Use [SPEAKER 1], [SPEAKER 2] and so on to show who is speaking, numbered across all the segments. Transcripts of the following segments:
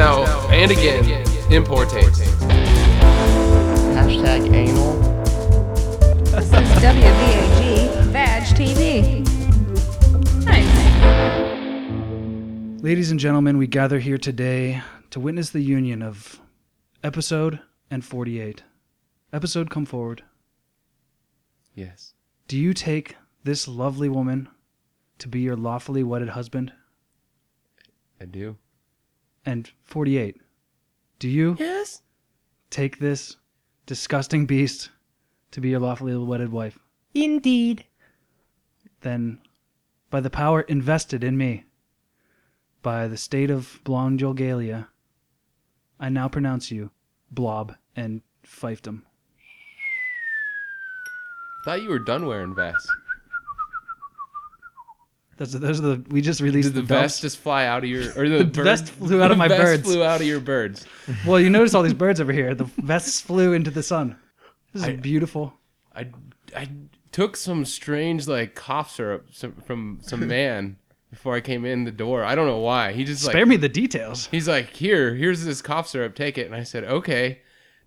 [SPEAKER 1] and again, importates.
[SPEAKER 2] Hashtag anal.
[SPEAKER 3] This is WVAG Vag TV. Nice.
[SPEAKER 4] Ladies and gentlemen, we gather here today to witness the union of episode and 48. Episode, come forward.
[SPEAKER 1] Yes.
[SPEAKER 4] Do you take this lovely woman to be your lawfully wedded husband?
[SPEAKER 1] I do.
[SPEAKER 4] And 48. Do you
[SPEAKER 1] Yes.
[SPEAKER 4] take this disgusting beast to be your lawfully wedded wife?
[SPEAKER 1] Indeed.
[SPEAKER 4] Then, by the power invested in me by the state of Blondelgalia, I now pronounce you Blob and Fiefdom.
[SPEAKER 1] Thought you were done wearing vests.
[SPEAKER 4] That's those are the we just released
[SPEAKER 1] Did the,
[SPEAKER 4] the,
[SPEAKER 1] vest just fly out of your or the,
[SPEAKER 4] The
[SPEAKER 1] bird-
[SPEAKER 4] vest flew out of
[SPEAKER 1] the
[SPEAKER 4] my
[SPEAKER 1] vest
[SPEAKER 4] birds.
[SPEAKER 1] Flew out of your birds.
[SPEAKER 4] belts. Well, you notice all these birds over here. The vests flew into the sun. This is beautiful.
[SPEAKER 1] I I took some strange like cough syrup some, from some man before I came in the door. I don't know why. He just like
[SPEAKER 4] Spare me the details.
[SPEAKER 1] he's like here here's this cough syrup take it and I said okay.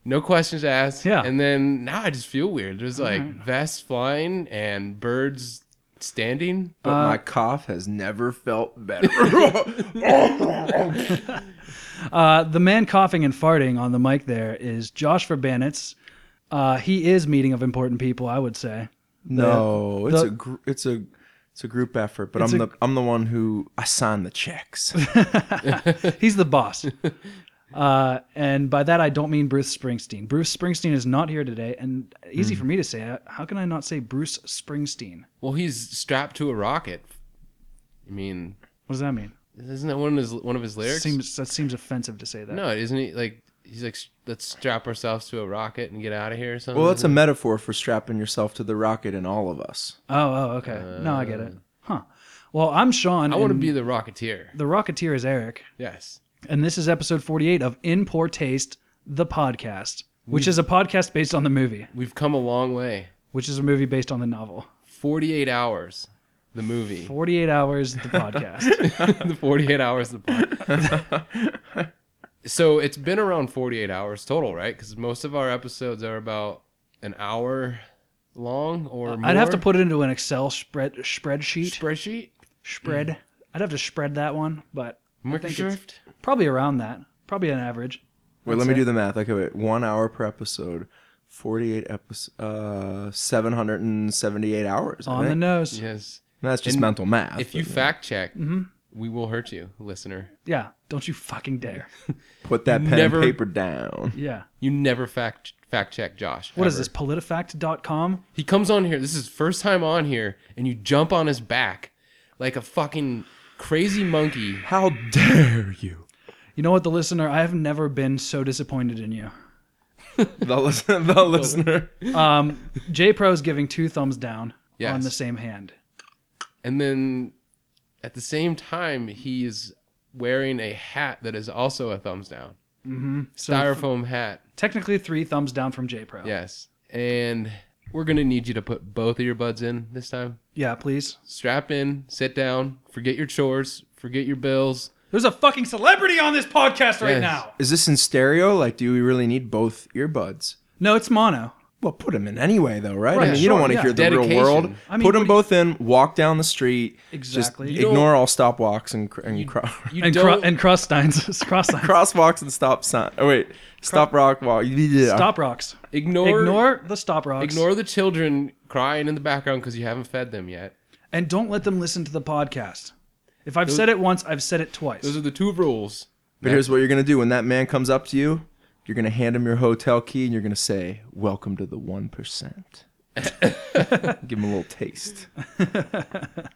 [SPEAKER 1] No questions asked.
[SPEAKER 4] Yeah. Mm-hmm.
[SPEAKER 1] And then now I just feel weird. There's like vests flying and birds standing.
[SPEAKER 5] But my cough has never felt better.
[SPEAKER 4] Uh, the man coughing and farting on the mic there is Josh Verbanitz. Uh, he is meeting of important people, I would say.
[SPEAKER 5] no, it's
[SPEAKER 4] the-
[SPEAKER 5] a gr- it's a it's a group effort, but I'm
[SPEAKER 4] It's a-
[SPEAKER 5] the I'm the one who I sign the checks.
[SPEAKER 4] He's the boss. Uh, and by that, I don't mean Bruce Springsteen. Bruce Springsteen is not here today, and
[SPEAKER 1] Hmm.
[SPEAKER 4] easy for me to say. uh, How can I not say Bruce Springsteen?
[SPEAKER 1] Well, he's strapped to a rocket. I mean,
[SPEAKER 4] What does that mean?
[SPEAKER 1] isn't that one of his one of his lyrics?
[SPEAKER 4] Seems that seems offensive to say that.
[SPEAKER 1] No, isn't he like he's like let's strap ourselves to a rocket and get out of here or something?
[SPEAKER 5] well, that's a metaphor for strapping yourself to the rocket in all of us.
[SPEAKER 4] Oh, oh, okay. no, I get it. Huh. Well, I'm Sean.
[SPEAKER 1] Uh, I want to
[SPEAKER 4] and
[SPEAKER 1] be the Rocketeer.
[SPEAKER 4] the Rocketeer is Eric,
[SPEAKER 1] Yes.
[SPEAKER 4] and this is episode 48 of In Poor Taste, the podcast,
[SPEAKER 1] Hmm.
[SPEAKER 4] which is a podcast based on the movie,
[SPEAKER 1] We've come a long way.
[SPEAKER 4] which is a movie based on the novel.
[SPEAKER 1] 48 hours the movie.
[SPEAKER 4] 48 hours, the podcast.
[SPEAKER 1] the 48 hours the podcast. so it's been around 48 hours total, right? Cuz most of our episodes are about an hour long or more.
[SPEAKER 4] I'd have to put it into an Excel spread spreadsheet.
[SPEAKER 1] spreadsheet. Mm.
[SPEAKER 4] spread. I'd have to spread that one, but think it's-
[SPEAKER 1] Microsoft.
[SPEAKER 4] probably around that. Probably an average.
[SPEAKER 5] Wait, let me do the math. Okay, wait. One hour per episode, forty-eight episodes, uh, seven hundred and seventy-eight hours. I
[SPEAKER 4] On the
[SPEAKER 5] think.
[SPEAKER 4] nose. Yeah.
[SPEAKER 1] Yes.
[SPEAKER 5] that's just
[SPEAKER 1] And
[SPEAKER 5] mental math.
[SPEAKER 1] If you
[SPEAKER 5] but
[SPEAKER 1] fact check,
[SPEAKER 4] Mm-hmm.
[SPEAKER 1] we will hurt you, listener.
[SPEAKER 4] Don't you fucking dare.
[SPEAKER 5] put that pen
[SPEAKER 1] never-
[SPEAKER 5] and paper down,
[SPEAKER 4] Yeah.
[SPEAKER 1] You never fact fact check Josh.
[SPEAKER 4] What is
[SPEAKER 1] ever.
[SPEAKER 4] this? Politifact.com?
[SPEAKER 1] He comes on here. This is his first time on here, and you jump on his back like a fucking crazy monkey.
[SPEAKER 5] how dare you?
[SPEAKER 4] You know what, the listener, I have never been so disappointed in you.
[SPEAKER 5] The listener, the listener.
[SPEAKER 4] Um, J Pro's giving two thumbs down
[SPEAKER 1] Yes.
[SPEAKER 4] on the same hand.
[SPEAKER 1] And then at the same time, he is wearing a hat that is also a thumbs down.
[SPEAKER 4] Mm-hmm. So
[SPEAKER 1] Styrofoam hat.
[SPEAKER 4] technically three thumbs down from J Pro.
[SPEAKER 1] Yes. And we're going to need you to put both of your buds in this time.
[SPEAKER 4] Yeah, please.
[SPEAKER 1] Strap in, sit down, forget your chores, forget your bills.
[SPEAKER 4] There's a fucking celebrity on this podcast right
[SPEAKER 1] Yes.
[SPEAKER 4] now.
[SPEAKER 5] Is this in stereo? Like, do we really need both earbuds?
[SPEAKER 4] No, it's mono.
[SPEAKER 5] Well, put them in anyway, though, right?
[SPEAKER 4] Right,
[SPEAKER 5] I mean, you don't
[SPEAKER 4] sure,
[SPEAKER 5] want to
[SPEAKER 4] yeah.
[SPEAKER 5] hear the
[SPEAKER 1] Dedication.
[SPEAKER 5] real world.
[SPEAKER 4] I mean, what
[SPEAKER 5] put them
[SPEAKER 4] do you-
[SPEAKER 5] both in. Walk down the street.
[SPEAKER 4] Exactly. You
[SPEAKER 5] Just
[SPEAKER 1] don't-
[SPEAKER 5] ignore all stopwalks and cr- and cro-
[SPEAKER 1] You
[SPEAKER 4] And, cro-
[SPEAKER 1] don't.
[SPEAKER 4] and cross signs. cross signs.
[SPEAKER 5] crosswalks and stop sign. Oh wait, stop rock walk. Yeah.
[SPEAKER 4] Stop rocks.
[SPEAKER 1] ignore, ignore.
[SPEAKER 4] ignore the stop rocks.
[SPEAKER 1] Ignore the children crying in the background because you haven't fed them yet.
[SPEAKER 4] and don't let them listen to the podcast. If I've said it once, I've said it twice.
[SPEAKER 1] Those are the two rules.
[SPEAKER 5] But here's what you're gonna do when that man comes up to you. You're gonna hand him your hotel key and you're gonna say, "Welcome to the one percent." Give him a little taste.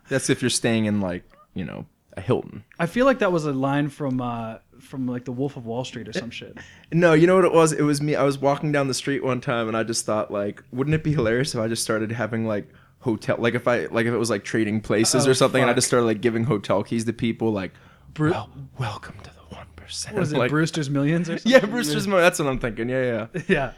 [SPEAKER 5] That's if you're staying in like you know a Hilton.
[SPEAKER 4] I feel like that was a line from uh, from like The Wolf of Wall Street or some shit.
[SPEAKER 5] No, you know what it was? It was me. I was walking down the street one time and I just thought like, wouldn't it be hilarious if I just started having like hotel like if I like if it was like trading places
[SPEAKER 4] Oh,
[SPEAKER 5] or something and I
[SPEAKER 4] fuck.
[SPEAKER 5] just started like giving hotel keys to people like
[SPEAKER 4] Bru-
[SPEAKER 5] well, welcome to the one percent.
[SPEAKER 4] What is it? Brewster's Millions or something?
[SPEAKER 5] Yeah, Brewster's Mo that's what I'm thinking. Yeah, yeah.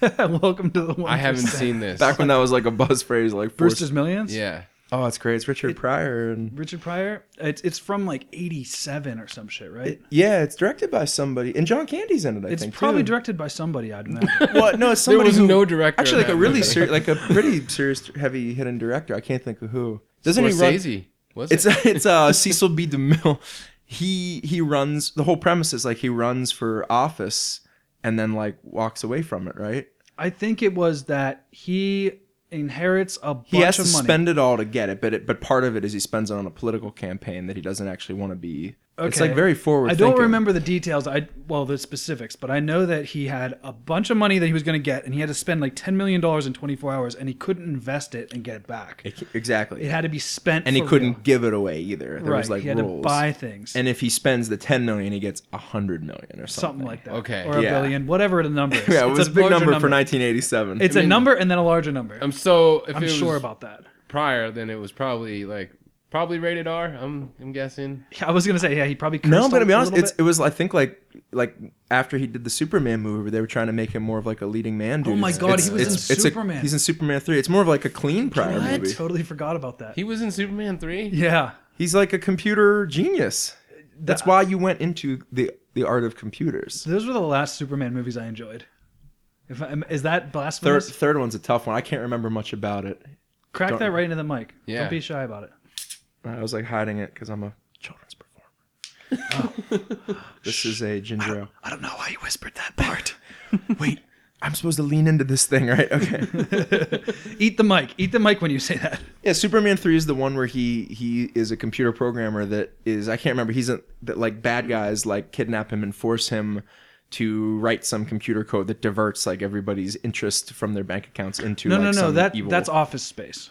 [SPEAKER 4] Yeah. Welcome to the one.
[SPEAKER 1] I haven't seen this.
[SPEAKER 5] Back when that was like a buzz phrase like
[SPEAKER 4] Brewster's
[SPEAKER 5] forced-
[SPEAKER 4] Millions.
[SPEAKER 1] Yeah.
[SPEAKER 5] Oh, it's great. It's Richard Pryor and
[SPEAKER 4] Richard Pryor. It's it's from like '87 or some shit, right?
[SPEAKER 5] it- yeah, it's directed by somebody, and John Candy's in it. I
[SPEAKER 4] it's
[SPEAKER 5] think
[SPEAKER 4] probably
[SPEAKER 5] too.
[SPEAKER 4] directed by somebody, I'd imagine.
[SPEAKER 5] Well, no, it's
[SPEAKER 1] There
[SPEAKER 5] somebody
[SPEAKER 1] was
[SPEAKER 5] who-
[SPEAKER 1] no director.
[SPEAKER 5] Actually,
[SPEAKER 1] on
[SPEAKER 5] like a
[SPEAKER 1] that
[SPEAKER 5] really
[SPEAKER 1] movie.
[SPEAKER 5] ser- like a pretty serious, heavy hitting director. I can't think of who. Doesn't he run?
[SPEAKER 1] Scorsese. Was
[SPEAKER 5] It's
[SPEAKER 1] it?
[SPEAKER 5] it's uh, Cecil B. DeMille. He he runs the whole premise is like he runs for office and then like walks away from it. Right?
[SPEAKER 4] I think it was that he inherits a bunch
[SPEAKER 5] He has
[SPEAKER 4] of
[SPEAKER 5] to
[SPEAKER 4] money.
[SPEAKER 5] spend it all to get it, but it, but part of it is he spends it on a political campaign that he doesn't actually want to be. It's like
[SPEAKER 4] Okay.
[SPEAKER 5] very forward.
[SPEAKER 4] I don't
[SPEAKER 5] thinking.
[SPEAKER 4] remember the details. I well the specifics, but I know that he had a bunch of money that he was going to get, and he had to spend like ten million dollars in twenty four hours, and he couldn't invest it and get it back. It,
[SPEAKER 5] exactly.
[SPEAKER 4] had to be spent,
[SPEAKER 5] and he
[SPEAKER 4] for
[SPEAKER 5] couldn't
[SPEAKER 4] real.
[SPEAKER 5] give it away either. There
[SPEAKER 4] right,
[SPEAKER 5] was like
[SPEAKER 4] he had
[SPEAKER 5] rules.
[SPEAKER 4] to buy things,
[SPEAKER 5] and if he spends the ten million, he gets a hundred million or something.
[SPEAKER 4] something like that.
[SPEAKER 1] Okay.
[SPEAKER 4] or a
[SPEAKER 5] Yeah.
[SPEAKER 4] billion, whatever the number is.
[SPEAKER 5] Yeah, it
[SPEAKER 4] It's
[SPEAKER 5] was a big
[SPEAKER 4] larger
[SPEAKER 5] number, for 1987.
[SPEAKER 4] It's
[SPEAKER 1] I mean-
[SPEAKER 4] a number and then a larger number. I'm,
[SPEAKER 1] I'm so. If it was
[SPEAKER 4] sure about that.
[SPEAKER 1] prior, then it was probably like probably rated R. I'm I'm guessing.
[SPEAKER 4] Yeah, I was gonna say yeah. He probably cursed
[SPEAKER 5] no, but to
[SPEAKER 4] a-
[SPEAKER 5] be
[SPEAKER 4] a
[SPEAKER 5] honest,
[SPEAKER 4] little
[SPEAKER 5] it's,
[SPEAKER 4] bit.
[SPEAKER 5] it was I think like like after he did the Superman movie, where they were trying to make him more of like a leading man. Dude.
[SPEAKER 4] my God, he was in
[SPEAKER 5] it's a-
[SPEAKER 4] Superman.
[SPEAKER 5] he's in Superman three. It's more of like a clean prior
[SPEAKER 4] I
[SPEAKER 5] movie.
[SPEAKER 4] totally forgot about that.
[SPEAKER 1] He was in Superman three.
[SPEAKER 4] yeah,
[SPEAKER 5] He's like a computer genius. That's why you went into the the art of computers.
[SPEAKER 4] those were the last Superman movies I enjoyed. If I, is that
[SPEAKER 5] Third
[SPEAKER 4] blasphemous?
[SPEAKER 5] third one's a tough one. I can't remember much about it.
[SPEAKER 4] Crack
[SPEAKER 5] don't-
[SPEAKER 4] that right into the mic.
[SPEAKER 1] Yeah.
[SPEAKER 4] Don't be shy about it.
[SPEAKER 5] I was like hiding it because I'm a children's performer. Oh. this is a ginger ale.
[SPEAKER 4] I don't know why you whispered that part.
[SPEAKER 5] Wait, I'm supposed to lean into this thing, right? Okay.
[SPEAKER 4] Eat the mic. Eat the mic when you say that.
[SPEAKER 5] Yeah, Superman three is the one where he he is a computer programmer that is I can't remember he's a, that like bad guys like kidnap him and force him to write some computer code that diverts like everybody's interest from their bank accounts into
[SPEAKER 4] No,
[SPEAKER 5] like,
[SPEAKER 4] no, no.
[SPEAKER 5] some
[SPEAKER 4] That
[SPEAKER 5] evil-
[SPEAKER 4] that's office space.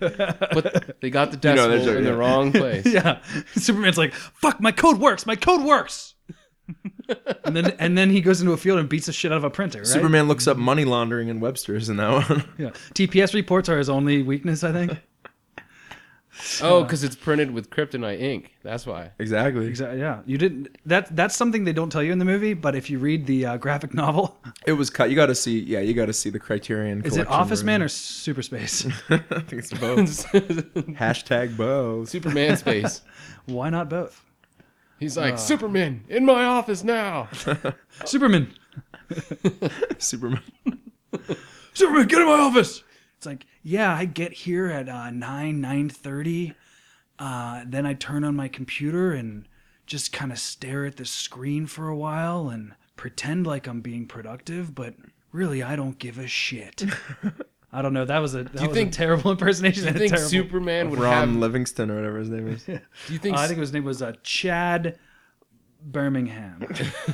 [SPEAKER 1] But they got the
[SPEAKER 5] You
[SPEAKER 1] decimal
[SPEAKER 5] know, that's right,
[SPEAKER 1] in the
[SPEAKER 5] yeah.
[SPEAKER 1] wrong place.
[SPEAKER 4] yeah. Superman's like, fuck, my code works. My code works. and then and then he goes into a field and beats the shit out of a printer. Right?
[SPEAKER 5] Superman looks up money laundering in Webster's and that one.
[SPEAKER 4] Yeah. TPS reports are his only weakness, I think.
[SPEAKER 1] Oh, because it's printed with kryptonite ink. That's why.
[SPEAKER 5] exactly.
[SPEAKER 4] Exactly. Yeah. You didn't. That that's something they don't tell you in the movie, but if you read the uh, graphic novel,
[SPEAKER 5] It was cut. You got to see. Yeah, you got to see the Criterion.
[SPEAKER 4] is it
[SPEAKER 5] collection
[SPEAKER 4] Office
[SPEAKER 5] version.
[SPEAKER 4] Man or Super Space?
[SPEAKER 5] I think it's both. Hashtag both.
[SPEAKER 1] Superman space.
[SPEAKER 4] Why not both?
[SPEAKER 1] He's like
[SPEAKER 4] Ah.
[SPEAKER 1] Superman in my office now.
[SPEAKER 4] Superman.
[SPEAKER 5] Superman.
[SPEAKER 4] Superman, get in my office. It's like, yeah, I get here at uh, nine nine thirty. Uh, then I turn on my computer and just kind of stare at the screen for a while and pretend like I'm being productive, but really I don't give a shit. I don't know. That was a that was
[SPEAKER 1] think-
[SPEAKER 4] a terrible
[SPEAKER 1] Do
[SPEAKER 4] impersonation.
[SPEAKER 1] you
[SPEAKER 4] and a
[SPEAKER 1] think
[SPEAKER 4] terrible-
[SPEAKER 1] Superman would
[SPEAKER 5] Ron
[SPEAKER 1] have?
[SPEAKER 5] Livingston or whatever his name is.
[SPEAKER 1] Do you think?
[SPEAKER 4] I think his name was uh, Chad Birmingham.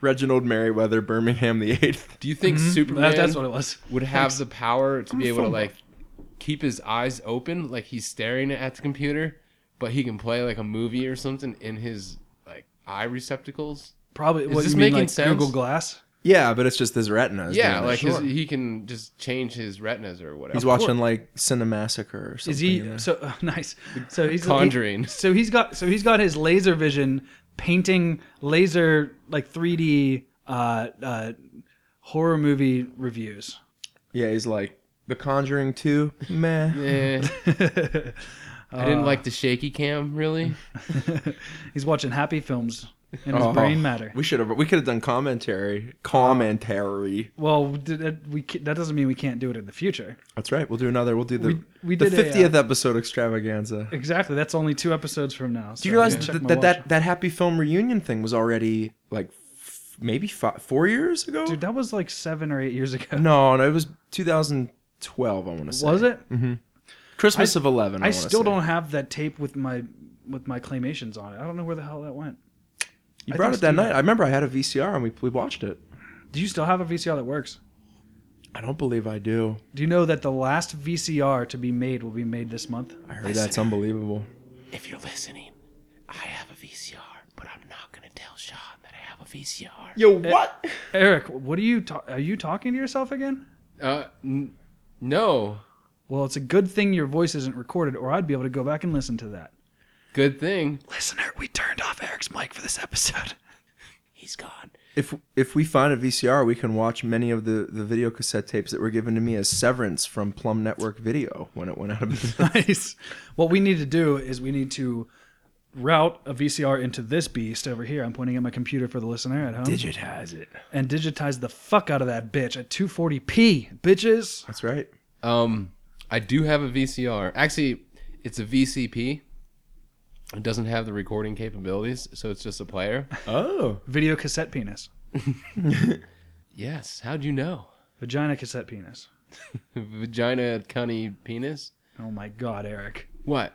[SPEAKER 5] Reginald Merriweather, Birmingham the Eighth.
[SPEAKER 1] do you think Superman?
[SPEAKER 4] Mm-hmm. That- that's what it was.
[SPEAKER 1] would have the power to be able to like keep his eyes open, like he's staring at the computer, but he can play like a movie or something in his like eye receptacles.
[SPEAKER 4] Probably. what,
[SPEAKER 1] this
[SPEAKER 4] you mean,
[SPEAKER 1] making
[SPEAKER 4] like
[SPEAKER 1] sense?
[SPEAKER 4] Google Glass.
[SPEAKER 5] Yeah, but it's just his retina. is
[SPEAKER 1] yeah,
[SPEAKER 5] doing it.
[SPEAKER 1] like his,
[SPEAKER 4] sure.
[SPEAKER 1] he can just change his retinas or whatever.
[SPEAKER 5] he's watching like Cinemassacre or something.
[SPEAKER 4] Is he
[SPEAKER 5] yeah.
[SPEAKER 4] so uh, nice? So he's
[SPEAKER 1] Conjuring.
[SPEAKER 4] he- so he's got so he's got his laser vision painting laser like 3D uh, uh, horror movie reviews.
[SPEAKER 5] yeah, he's like The Conjuring Two. Meh.
[SPEAKER 1] Eh. I didn't like the shaky cam really.
[SPEAKER 4] He's watching happy films in his
[SPEAKER 5] Oh,
[SPEAKER 4] brain matter.
[SPEAKER 5] We should have. We could have done commentary. Commentary.
[SPEAKER 4] Well, did that, we ca- that doesn't mean we can't do it in the future.
[SPEAKER 5] That's right. We'll do another. We'll do the
[SPEAKER 4] we
[SPEAKER 5] the
[SPEAKER 4] did a, uh,
[SPEAKER 5] fiftieth episode extravaganza.
[SPEAKER 4] Exactly. That's only two episodes from now.
[SPEAKER 5] Do you realize that, that, that that happy film reunion thing was already like f- maybe fi four years ago?
[SPEAKER 4] dude that was like seven or eight years ago?
[SPEAKER 5] no, no, it was 2012. I want to say
[SPEAKER 4] was it?
[SPEAKER 5] Christmas of eleven. I,
[SPEAKER 4] I
[SPEAKER 5] wanna
[SPEAKER 4] still
[SPEAKER 5] say.
[SPEAKER 4] don't have that tape with my with my claymations on it. I don't know where the hell that went.
[SPEAKER 5] You
[SPEAKER 4] I
[SPEAKER 5] brought
[SPEAKER 4] think
[SPEAKER 5] it that
[SPEAKER 4] Steve
[SPEAKER 5] night.
[SPEAKER 4] had
[SPEAKER 5] I remember I had a VCR and we we watched it.
[SPEAKER 4] Do you still have a VCR that works?
[SPEAKER 5] I don't believe I do.
[SPEAKER 4] Do you know that the last VCR to be made will be made this month?
[SPEAKER 5] I heard that's unbelievable.
[SPEAKER 1] If you're listening, I have a VCR, but I'm not gonna tell Sean that I have a VCR.
[SPEAKER 5] Yo,
[SPEAKER 4] Eh,
[SPEAKER 5] what?
[SPEAKER 4] Eric, what are you ta- are you talking to yourself again?
[SPEAKER 1] Uh, n- no,
[SPEAKER 4] Well, it's a good thing your voice isn't recorded, or I'd be able to go back and listen to that.
[SPEAKER 1] good thing
[SPEAKER 4] Listener, we turned off Eric's mic for this episode.
[SPEAKER 1] he's gone.
[SPEAKER 5] if if we find a VCR, we can watch many of the the video cassette tapes that were given to me as severance from Plum Network Video when it went out of business.
[SPEAKER 4] nice. What we need to do is we need to route a VCR into this beast over here. I'm pointing at my computer for the listener at home.
[SPEAKER 5] Digitize it.
[SPEAKER 4] and digitize the fuck out of that bitch at 240p, bitches.
[SPEAKER 5] That's right.
[SPEAKER 1] Um, I do have a VCR. Actually, it's a VCP. It doesn't have the recording capabilities, so it's just a player.
[SPEAKER 5] Oh,
[SPEAKER 4] Video cassette penis.
[SPEAKER 1] Yes. How'd you know?
[SPEAKER 4] Vagina cassette penis.
[SPEAKER 1] Vagina, cunny, penis.
[SPEAKER 4] Oh my god, Eric.
[SPEAKER 1] What?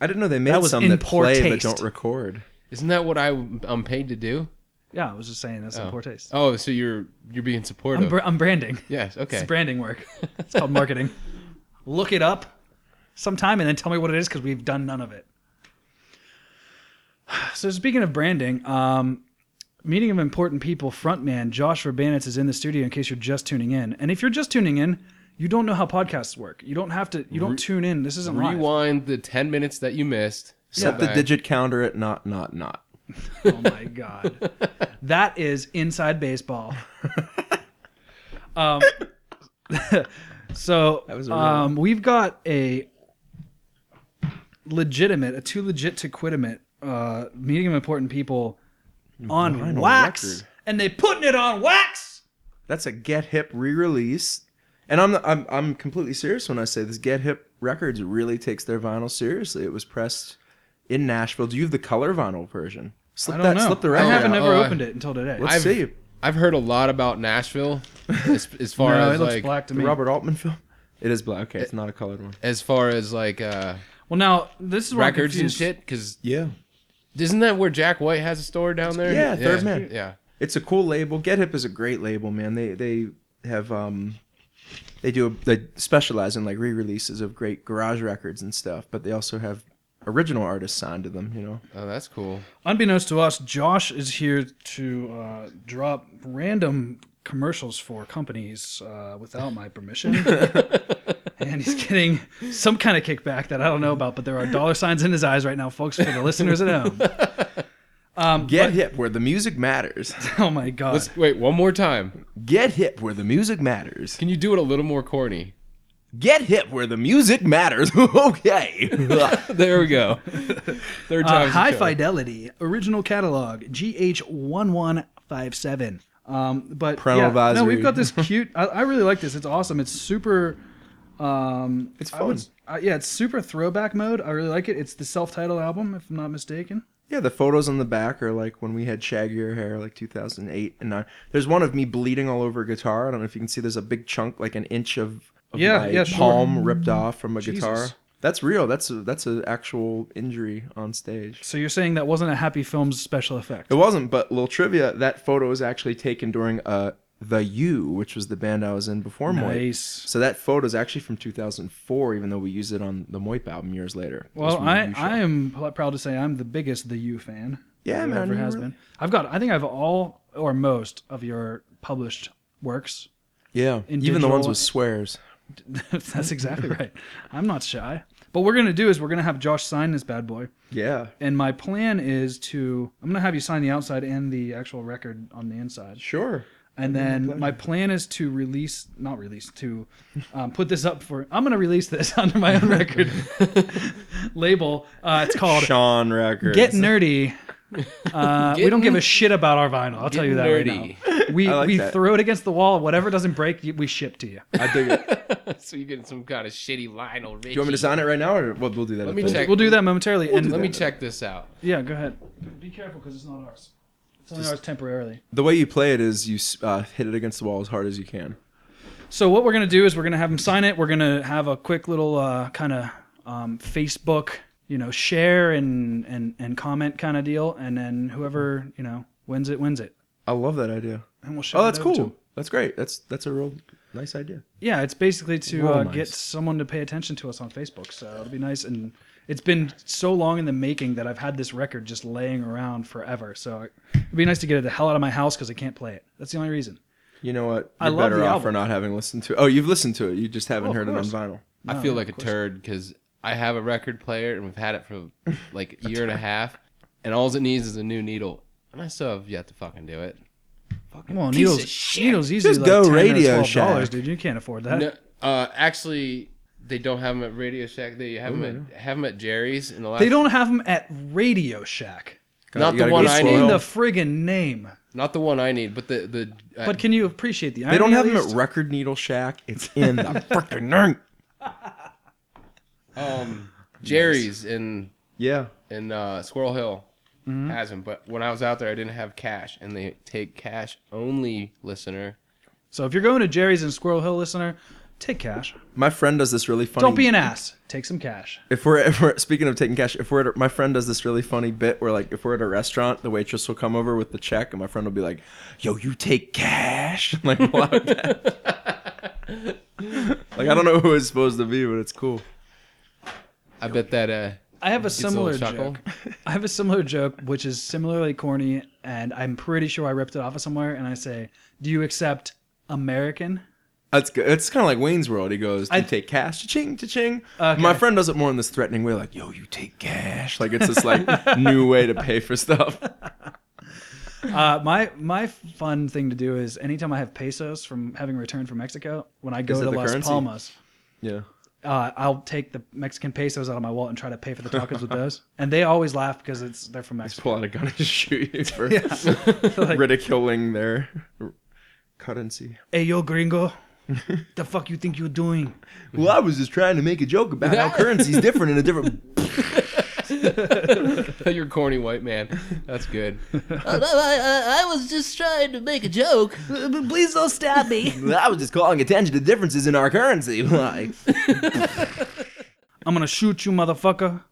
[SPEAKER 5] I didn't know they made
[SPEAKER 4] That was
[SPEAKER 5] some
[SPEAKER 4] in
[SPEAKER 5] that
[SPEAKER 4] poor
[SPEAKER 5] play
[SPEAKER 4] taste.
[SPEAKER 5] but don't record.
[SPEAKER 1] Isn't that what I I'm paid to do?
[SPEAKER 4] Yeah, I was just saying that's in poor taste.
[SPEAKER 1] Oh, so you're you're being supportive.
[SPEAKER 4] I'm, br- I'm branding.
[SPEAKER 1] yes.
[SPEAKER 4] It's
[SPEAKER 1] Okay.
[SPEAKER 4] branding work. It's called marketing. Look it up sometime and then tell me what it is because we've done none of it. So speaking of branding, um, meeting of important people frontman Josh Verbanitz is in the studio in case you're just tuning in. And if you're just tuning in, you don't know how podcasts work. You don't have to. You don't tune in. This isn't live.
[SPEAKER 1] Rewind the ten minutes that you missed.
[SPEAKER 5] Set
[SPEAKER 1] Go
[SPEAKER 5] the
[SPEAKER 1] back.
[SPEAKER 5] digit counter at not not not.
[SPEAKER 4] Oh my god, that is inside baseball. um, so
[SPEAKER 5] was a really-
[SPEAKER 4] um, we've got a legitimate, a too legit to quitimate uh, meeting of important people on
[SPEAKER 5] Vinyl
[SPEAKER 4] wax,
[SPEAKER 5] record.
[SPEAKER 4] and they putting it on wax.
[SPEAKER 5] That's a Get Hip re-release, and I'm I'm I'm completely serious when I say this. Get Hip Records really takes their vinyl seriously. It was pressed in Nashville. Do you have the color vinyl version? Slip
[SPEAKER 4] I don't
[SPEAKER 5] that.
[SPEAKER 4] know.
[SPEAKER 5] Slip the
[SPEAKER 4] I
[SPEAKER 5] record.
[SPEAKER 4] haven't
[SPEAKER 5] out.
[SPEAKER 4] ever
[SPEAKER 1] Oh, I-
[SPEAKER 4] opened it until today.
[SPEAKER 5] Let's
[SPEAKER 1] I've-
[SPEAKER 5] see.
[SPEAKER 1] I've heard a lot about Nashville, as, as far
[SPEAKER 4] no,
[SPEAKER 1] as
[SPEAKER 4] it looks
[SPEAKER 1] like
[SPEAKER 4] black to
[SPEAKER 5] The
[SPEAKER 4] me.
[SPEAKER 5] Robert Altman film. It is black. Okay, it's not a colored one.
[SPEAKER 1] as far as like uh,
[SPEAKER 4] Well, now this is where I'm
[SPEAKER 1] records and
[SPEAKER 4] confused.
[SPEAKER 1] shit. Because
[SPEAKER 5] Yeah.
[SPEAKER 1] isn't that where Jack White has a store down there?
[SPEAKER 5] Yeah, Third Man.
[SPEAKER 1] Yeah.
[SPEAKER 5] It's a cool label. Get Hip is a great label, man. They they have um they do a, they specialize in like re-releases of great garage records and stuff, but they also have original artists signed to them, you know.
[SPEAKER 1] Oh, that's cool.
[SPEAKER 4] Unbeknownst to us, Josh is here to uh, drop random commercials for companies uh, without my permission. and he's getting some kind of kickback that I don't know about, but there are dollar signs in his eyes right now, folks, for the listeners at home.
[SPEAKER 5] Get Hip where the music matters.
[SPEAKER 4] Oh my God.
[SPEAKER 1] Let's wait one more time.
[SPEAKER 5] Get Hip where the music matters.
[SPEAKER 1] Can you do it a little more corny?
[SPEAKER 5] Get Hip where the music matters. okay.
[SPEAKER 1] There we go. Third
[SPEAKER 4] Uh,
[SPEAKER 1] time.
[SPEAKER 4] high Fidelity, original catalog, GH1157. Um, but
[SPEAKER 5] Parental
[SPEAKER 4] yeah, no,
[SPEAKER 5] advisory.
[SPEAKER 4] we've got this cute. I, I really like this. It's awesome. It's super. Um,
[SPEAKER 5] It's
[SPEAKER 4] I would-
[SPEAKER 5] fun.
[SPEAKER 4] uh, yeah, it's super throwback mode. I really like it. It's the self-titled album, if I'm not mistaken.
[SPEAKER 5] yeah, the photos on the back are like when we had shaggier hair, like 2008 and 9. There's one of me bleeding all over a guitar. I don't know if you can see. There's a big chunk, like an inch of, of
[SPEAKER 4] Yeah,
[SPEAKER 5] my
[SPEAKER 4] yeah, sure.
[SPEAKER 5] palm ripped off from a guitar.
[SPEAKER 4] Jesus.
[SPEAKER 5] That's real. That's a, that's an actual injury on stage.
[SPEAKER 4] So you're saying that wasn't a Happy Films special effect?
[SPEAKER 5] It wasn't, but little trivia: that photo was actually taken during uh the U, which was the band I was in before Moip.
[SPEAKER 4] Nice.
[SPEAKER 5] So that photo is actually from 2004, even though we used it on the Moip album years later. It was
[SPEAKER 4] Well,
[SPEAKER 5] from the
[SPEAKER 4] I,
[SPEAKER 5] U show.
[SPEAKER 4] I am pl- proud to say I'm the biggest The U fan.
[SPEAKER 5] Yeah,
[SPEAKER 4] that
[SPEAKER 5] man,
[SPEAKER 4] Ever
[SPEAKER 5] you
[SPEAKER 4] has
[SPEAKER 5] really-
[SPEAKER 4] been. I've got. I think I've all or most of your published works.
[SPEAKER 5] yeah, even the
[SPEAKER 4] digital-
[SPEAKER 5] ones with swears.
[SPEAKER 4] That's exactly right. I'm not shy. But what we're gonna do is we're gonna have Josh sign this bad boy,
[SPEAKER 5] Yeah,
[SPEAKER 4] and my plan is to I'm gonna have you sign the outside and the actual record on the inside,
[SPEAKER 5] sure.
[SPEAKER 4] and then my plan is to release, not release, to um, put this up for. I'm gonna release this under my own record label. Uh, it's called
[SPEAKER 5] Sean Records.
[SPEAKER 4] Get Nerdy. Uh, we don't give a shit about our vinyl. I'll tell
[SPEAKER 1] Get
[SPEAKER 4] you that
[SPEAKER 1] nerdy.
[SPEAKER 4] right now. We
[SPEAKER 5] I like
[SPEAKER 4] we
[SPEAKER 5] that.
[SPEAKER 4] throw it against the wall. Whatever doesn't break, we ship to you.
[SPEAKER 5] I dig it. Do
[SPEAKER 1] so you get some kind of shitty Lionel Richie.
[SPEAKER 5] you want me to sign it right now, or we'll, we'll do that?
[SPEAKER 1] Let
[SPEAKER 5] at
[SPEAKER 1] me
[SPEAKER 5] the-
[SPEAKER 1] check.
[SPEAKER 4] We'll do that momentarily. and
[SPEAKER 1] Let me check this out.
[SPEAKER 4] Yeah, go ahead. Be careful because it's not ours. It's only ours temporarily.
[SPEAKER 5] The way you play it is you s- uh, hit it against the wall as hard as you can.
[SPEAKER 4] So what we're gonna do is we're gonna have him sign it. We're gonna have a quick little uh, kind of um, Facebook, you know, share and and and comment kind of deal, and then whoever you know wins it wins it,
[SPEAKER 5] I love that idea.
[SPEAKER 4] and we'll ship.
[SPEAKER 5] Oh,
[SPEAKER 4] it
[SPEAKER 5] that's
[SPEAKER 4] over to
[SPEAKER 5] cool.
[SPEAKER 4] him.
[SPEAKER 5] That's great. That's that's a real nice idea.
[SPEAKER 4] Yeah, it's basically to
[SPEAKER 5] Real
[SPEAKER 4] uh,
[SPEAKER 5] nice.
[SPEAKER 4] get someone to pay attention to us on Facebook. So it'll be nice, and it's been so long in the making that I've had this record just laying around forever. So it'd be nice to get it the hell out of my house because I can't play it. That's the only reason.
[SPEAKER 5] You know what? You're
[SPEAKER 4] I love
[SPEAKER 5] better
[SPEAKER 4] the
[SPEAKER 5] off for
[SPEAKER 4] album. Oh,
[SPEAKER 5] not having listened to. it. Oh, you've listened to it. You just haven't
[SPEAKER 4] of
[SPEAKER 5] heard
[SPEAKER 4] course.
[SPEAKER 5] it on vinyl.
[SPEAKER 1] I feel like a turd because I have a record player and we've had it for like a year and a half, and all it needs is a new needle, and I still have yet to fucking do it.
[SPEAKER 5] fucking
[SPEAKER 4] Well,
[SPEAKER 5] piece
[SPEAKER 4] needles,
[SPEAKER 5] of shit.
[SPEAKER 4] needles easily
[SPEAKER 5] Just
[SPEAKER 4] like
[SPEAKER 5] go
[SPEAKER 4] 10 or
[SPEAKER 5] Radio
[SPEAKER 4] 12
[SPEAKER 5] Shack.
[SPEAKER 4] dollars, dude. You can't afford that.
[SPEAKER 1] No, uh, actually, they don't have them at Radio Shack. They have them at have 'em at Jerry's in the last.
[SPEAKER 4] They don't have them at Radio Shack.
[SPEAKER 5] God,
[SPEAKER 1] Not
[SPEAKER 5] you
[SPEAKER 1] the
[SPEAKER 5] gotta
[SPEAKER 1] one
[SPEAKER 5] go
[SPEAKER 1] I
[SPEAKER 5] slow.
[SPEAKER 1] need.
[SPEAKER 4] In
[SPEAKER 1] No.
[SPEAKER 4] the friggin' name.
[SPEAKER 1] Not the one I need, but the the. uh,
[SPEAKER 4] But can you appreciate the irony?
[SPEAKER 5] They don't have
[SPEAKER 4] at
[SPEAKER 5] them at
[SPEAKER 4] least?
[SPEAKER 5] Record Needle Shack. It's in the freaking nerd.
[SPEAKER 1] um, Jerry's in
[SPEAKER 5] Yeah.
[SPEAKER 1] in uh, Squirrel Hill
[SPEAKER 4] Mm-hmm.
[SPEAKER 1] has them, but when I was out there, I didn't have cash, and they take cash only listener.
[SPEAKER 4] So if you're going to Jerry's in Squirrel Hill, listener, take cash.
[SPEAKER 5] My friend does this really funny.
[SPEAKER 4] Don't be an ass. Take some cash.
[SPEAKER 5] if we're, if we're speaking of taking cash, if we're at, my friend does this really funny bit where like if we're at a restaurant, the waitress will come over with the check, and my friend will be like, "Yo, you take cash?" I'm like what? like I don't know who it's supposed to be, but it's cool.
[SPEAKER 1] I bet that uh,
[SPEAKER 4] I have a
[SPEAKER 1] gets a
[SPEAKER 4] similar
[SPEAKER 1] little chuckle.
[SPEAKER 4] joke. I have a similar joke which is similarly corny, and I'm pretty sure I ripped it off of somewhere. And I say, "Do you accept American?"
[SPEAKER 5] That's good. It's kind of like Wayne's World. He goes, "You
[SPEAKER 4] I-
[SPEAKER 5] take cash, cha-ching, cha-ching."
[SPEAKER 4] Okay.
[SPEAKER 5] My friend does it more in this threatening way, like, "Yo, you take cash." Like it's this like new way to pay for stuff.
[SPEAKER 4] Uh, my my fun thing to do is anytime I have pesos from having returned from Mexico, when I go
[SPEAKER 5] Is it
[SPEAKER 4] to
[SPEAKER 5] the
[SPEAKER 4] Las
[SPEAKER 5] currency?
[SPEAKER 4] Palmas,
[SPEAKER 5] Yeah.
[SPEAKER 4] uh, I'll take the Mexican pesos out of my wallet and try to pay for the tacos with those. And they always laugh because it's they're from Mexico.
[SPEAKER 5] Pull out a gun and shoot you for
[SPEAKER 4] Like,
[SPEAKER 5] ridiculing their currency.
[SPEAKER 4] hey, yo, gringo, the fuck you think you're doing?
[SPEAKER 5] Well, I was just trying to make a joke about how currency's different in a different.
[SPEAKER 1] You're a corny white man. That's good.
[SPEAKER 4] Please don't stab me.
[SPEAKER 5] I was just calling attention to differences in our currency. Like
[SPEAKER 4] I'm gonna shoot you, motherfucker.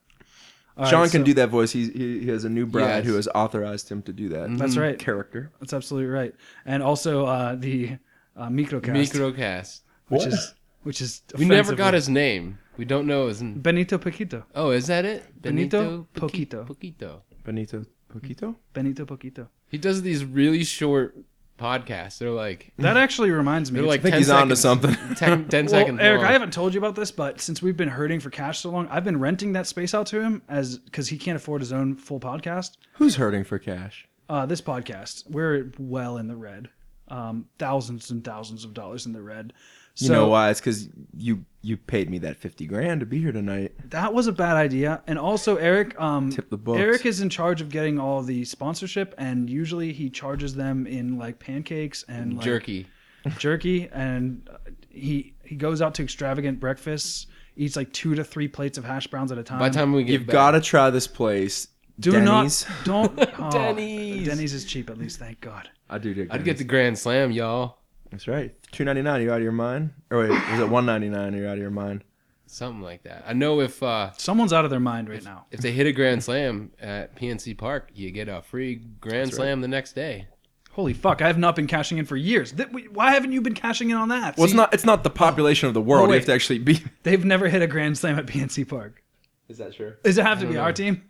[SPEAKER 4] All right,
[SPEAKER 5] Sean can
[SPEAKER 4] so-
[SPEAKER 5] do that voice. He he, he has a new bride
[SPEAKER 1] Yes.
[SPEAKER 5] who has authorized him to do that.
[SPEAKER 4] That's right.
[SPEAKER 5] Character.
[SPEAKER 4] That's absolutely right. And also uh, the uh, microcast,
[SPEAKER 1] Microcast.
[SPEAKER 4] which is which is
[SPEAKER 1] We never got
[SPEAKER 4] offensively-
[SPEAKER 1] his name. We don't know his. n-
[SPEAKER 4] Benito Paquito.
[SPEAKER 1] Oh, is that it?
[SPEAKER 4] Benito
[SPEAKER 1] Poqui-
[SPEAKER 4] Poquito.
[SPEAKER 1] Poquito.
[SPEAKER 5] Benito Poquito.
[SPEAKER 4] Benito Paquito.
[SPEAKER 1] He does these really short podcasts. They're like
[SPEAKER 4] That actually reminds me.
[SPEAKER 1] they're
[SPEAKER 4] it's
[SPEAKER 1] like
[SPEAKER 5] I think
[SPEAKER 1] 10
[SPEAKER 5] he's on to
[SPEAKER 1] seconds-
[SPEAKER 5] something.
[SPEAKER 1] 10, 10
[SPEAKER 4] Well,
[SPEAKER 1] seconds.
[SPEAKER 4] Eric,
[SPEAKER 1] long.
[SPEAKER 4] I haven't told you about this, but since we've been hurting for cash so long, I've been renting that space out to him as because he can't afford his own full podcast.
[SPEAKER 5] Who's hurting for cash?
[SPEAKER 4] Uh, this podcast, we're well in the red, um, thousands and thousands of dollars in the red. So
[SPEAKER 5] You know why? It's because you you paid me that fifty grand to be here tonight.
[SPEAKER 4] that was a bad idea. And also, Eric, um,
[SPEAKER 5] Tip the books.
[SPEAKER 4] Eric is in charge of getting all the sponsorship, and usually he charges them in like pancakes and like,
[SPEAKER 1] jerky.
[SPEAKER 4] jerky and uh, he he goes out to extravagant breakfasts eats like two to three plates of hash browns at a time
[SPEAKER 1] By the time we get
[SPEAKER 5] You've
[SPEAKER 1] back-
[SPEAKER 5] got to try this place.
[SPEAKER 4] do
[SPEAKER 5] Denny's.
[SPEAKER 4] not don't oh,
[SPEAKER 1] Denny's.
[SPEAKER 4] denny's is cheap at least thank god
[SPEAKER 5] I do.
[SPEAKER 1] I'd
[SPEAKER 5] Dig Denny's.
[SPEAKER 1] get the grand slam, y'all.
[SPEAKER 5] That's right. Two ninety nine. You out of your mind? Or wait, was it one ninety nine? You out of your mind?
[SPEAKER 1] Something like that. I know if uh
[SPEAKER 4] someone's out of their mind right now
[SPEAKER 1] if they hit a grand slam at PNC Park, you get a free grand slam the next day.
[SPEAKER 4] holy fuck i have not been cashing in for years Th- we- why haven't you been cashing in on that
[SPEAKER 5] Well, it's
[SPEAKER 4] See,
[SPEAKER 5] not. It's not the population of the world. you
[SPEAKER 4] wait.
[SPEAKER 5] have to actually be.
[SPEAKER 4] they've never hit a grand slam at pnc park
[SPEAKER 5] Is that sure?
[SPEAKER 4] does it have to be our team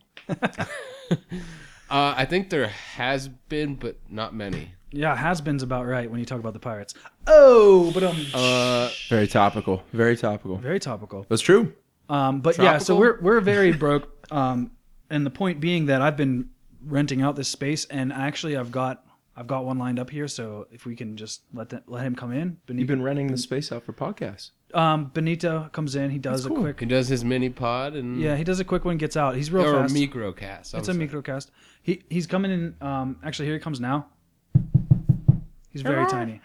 [SPEAKER 1] Uh, I think there has been, but not many.
[SPEAKER 4] yeah has been's about right when you talk about the pirates oh but um
[SPEAKER 1] Uh,
[SPEAKER 5] Very topical. Very topical.
[SPEAKER 4] very topical
[SPEAKER 5] That's true.
[SPEAKER 4] Um, but yeah, so
[SPEAKER 1] Tropical?
[SPEAKER 4] we're we're very broke. Um, and the point being that I've been renting out this space, and actually I've got I've got one lined up here. So if we can just let that, let him come in,
[SPEAKER 5] You've
[SPEAKER 4] Benito,
[SPEAKER 5] been renting the space out for podcasts.
[SPEAKER 4] um, Benito comes in. He does a quick
[SPEAKER 1] he does his mini pod and
[SPEAKER 4] yeah, he does a quick one, gets out. He's real
[SPEAKER 1] or
[SPEAKER 4] fast.
[SPEAKER 1] microcast. I was
[SPEAKER 4] it's a
[SPEAKER 1] like,
[SPEAKER 4] microcast. He he's coming in. Um, actually here he comes now. He's very tiny.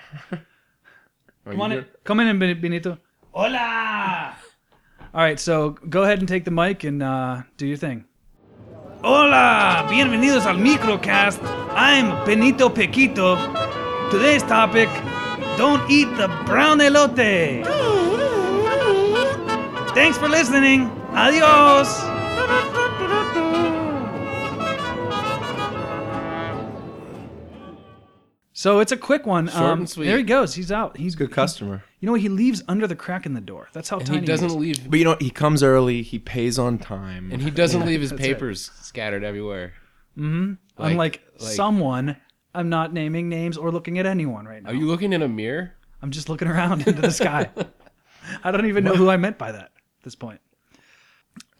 [SPEAKER 4] Come on in. Come in, Ben- Benito. Hola. All right, so go ahead and take the mic and uh, do your thing. Hola, bienvenidos al microcast. I'm Benito Pequito. Today's topic: Don't eat the brown elote. Thanks for listening. Adios. So it's a quick one.
[SPEAKER 1] Short
[SPEAKER 4] um,
[SPEAKER 1] and sweet.
[SPEAKER 4] There he goes. He's out. He's
[SPEAKER 5] Good customer.
[SPEAKER 4] you know, he leaves under the crack in the door. That's how
[SPEAKER 1] And
[SPEAKER 4] tiny
[SPEAKER 1] he doesn't
[SPEAKER 4] is.
[SPEAKER 1] leave,
[SPEAKER 5] But you know, what? he comes early. He pays on time.
[SPEAKER 1] and he doesn't leave his
[SPEAKER 4] that's right.
[SPEAKER 1] papers scattered everywhere. like-
[SPEAKER 4] Unlike
[SPEAKER 1] like-
[SPEAKER 4] someone, I'm not naming names or looking at anyone right now.
[SPEAKER 1] Are you looking in a mirror?
[SPEAKER 4] I'm just looking around into the sky. I don't even know who I meant by that at this point.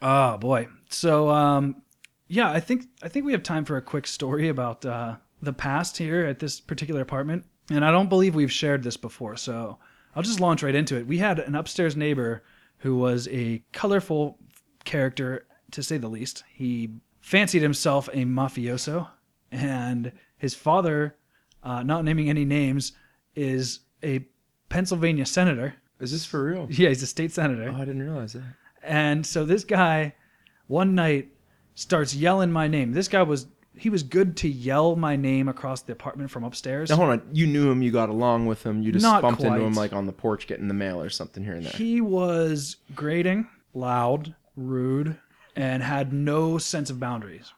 [SPEAKER 4] Ah, Oh boy. So um, yeah, I think I think we have time for a quick story about uh, the past here at this particular apartment, and I don't believe we've shared this before, so I'll just launch right into it. We had an upstairs neighbor who was a colorful character, to say the least. He fancied himself a mafioso, and his father, uh, not naming any names, is a Pennsylvania senator.
[SPEAKER 5] Is this for real?
[SPEAKER 4] Yeah, he's a state senator.
[SPEAKER 5] Oh, I didn't realize that.
[SPEAKER 4] And so this guy, one night, starts yelling my name. This guy was he was good to yell my name across the apartment from upstairs.
[SPEAKER 5] Now hold on, you knew him, you got along with him, you just
[SPEAKER 4] Not
[SPEAKER 5] bumped
[SPEAKER 4] quite.
[SPEAKER 5] into him like on the porch getting the mail or something here and there.
[SPEAKER 4] He was grating, loud, rude, and had no sense of boundaries.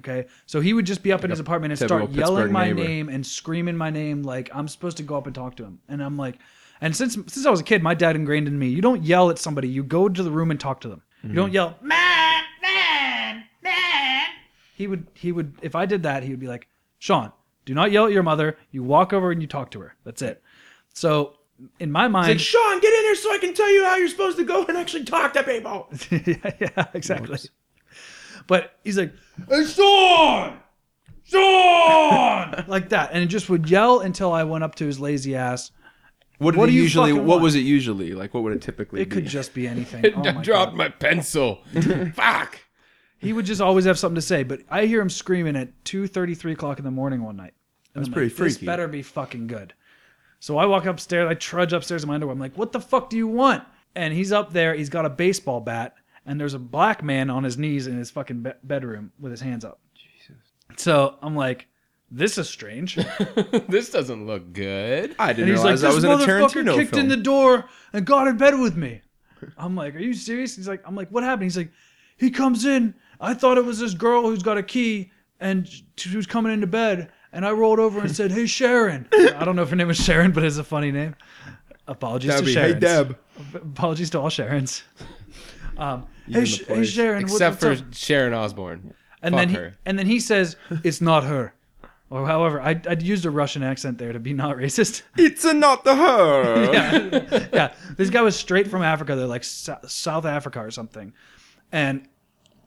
[SPEAKER 4] Okay, so he would just be up in his apartment and
[SPEAKER 5] typical
[SPEAKER 4] start yelling
[SPEAKER 5] Pittsburgh
[SPEAKER 4] my
[SPEAKER 5] neighbor.
[SPEAKER 4] name and screaming my name like I'm supposed to go up and talk to him. And I'm like, and since since I was a kid, my dad ingrained in me, you don't yell at somebody, you go to the room and talk to them.
[SPEAKER 5] Mm-hmm.
[SPEAKER 4] You don't yell, man, man, man. He would he would if I did that, he would be like, Sean, do not yell at your mother. You walk over and you talk to her. That's it. So in my mind,
[SPEAKER 5] Sean, get in here so I can tell you how you're supposed to go and actually talk to people.
[SPEAKER 4] yeah, yeah, exactly. But he's like,
[SPEAKER 5] Hey, Sean! Sean!
[SPEAKER 4] like that, and it just would yell until I went up to his lazy ass.
[SPEAKER 5] what did
[SPEAKER 4] What
[SPEAKER 5] it
[SPEAKER 4] do you
[SPEAKER 5] usually? What
[SPEAKER 4] fucking want?
[SPEAKER 5] was it usually? Like, what would it typically
[SPEAKER 4] It
[SPEAKER 5] be?
[SPEAKER 4] could just be anything. Oh
[SPEAKER 1] I
[SPEAKER 4] my
[SPEAKER 1] dropped
[SPEAKER 4] God.
[SPEAKER 1] my pencil. Fuck.
[SPEAKER 4] He would just always have something to say. But I hear him screaming at two thirty, three o'clock in the morning one night. And
[SPEAKER 5] That's
[SPEAKER 4] I'm
[SPEAKER 5] pretty
[SPEAKER 4] like, this
[SPEAKER 5] freaky.
[SPEAKER 4] better be fucking good. So I walk upstairs. I trudge upstairs in my underwear. I'm like, what the fuck do you want? And he's up there. He's got a baseball bat, and there's a black man on his knees in his fucking be- bedroom with his hands up. Jesus. So I'm like, this is strange.
[SPEAKER 1] This doesn't look good.
[SPEAKER 5] I didn't
[SPEAKER 4] And he's like,
[SPEAKER 5] realize
[SPEAKER 4] this
[SPEAKER 5] I was in a
[SPEAKER 4] motherfucker
[SPEAKER 5] Tarantino
[SPEAKER 4] kicked
[SPEAKER 5] film.
[SPEAKER 4] in the door and got in bed with me. I'm like, are you serious? He's like, I'm like, what happened? He's like, he comes in. I thought it was this girl who's got a key and she was coming into bed. And I rolled over and said, hey, Sharon. I don't know if her name was Sharon, but it's a funny name. Apologies to
[SPEAKER 5] Debbie, hey
[SPEAKER 4] Sharon.
[SPEAKER 5] Deb.
[SPEAKER 4] Apologies to all Sharons. Um,
[SPEAKER 5] in
[SPEAKER 4] hey,
[SPEAKER 5] the
[SPEAKER 4] Sh- hey,
[SPEAKER 5] place.
[SPEAKER 4] Sharon. what-
[SPEAKER 1] Except
[SPEAKER 4] what's
[SPEAKER 1] for
[SPEAKER 4] up?
[SPEAKER 1] Sharon Osbourne.
[SPEAKER 4] and
[SPEAKER 1] Fuck
[SPEAKER 4] then he,
[SPEAKER 1] her.
[SPEAKER 4] and then he says it's not her, or however I I used a Russian accent there to be not racist.
[SPEAKER 5] It's a not the her.
[SPEAKER 4] yeah. yeah. This guy was straight from Africa. They're like Sou- South Africa or something. And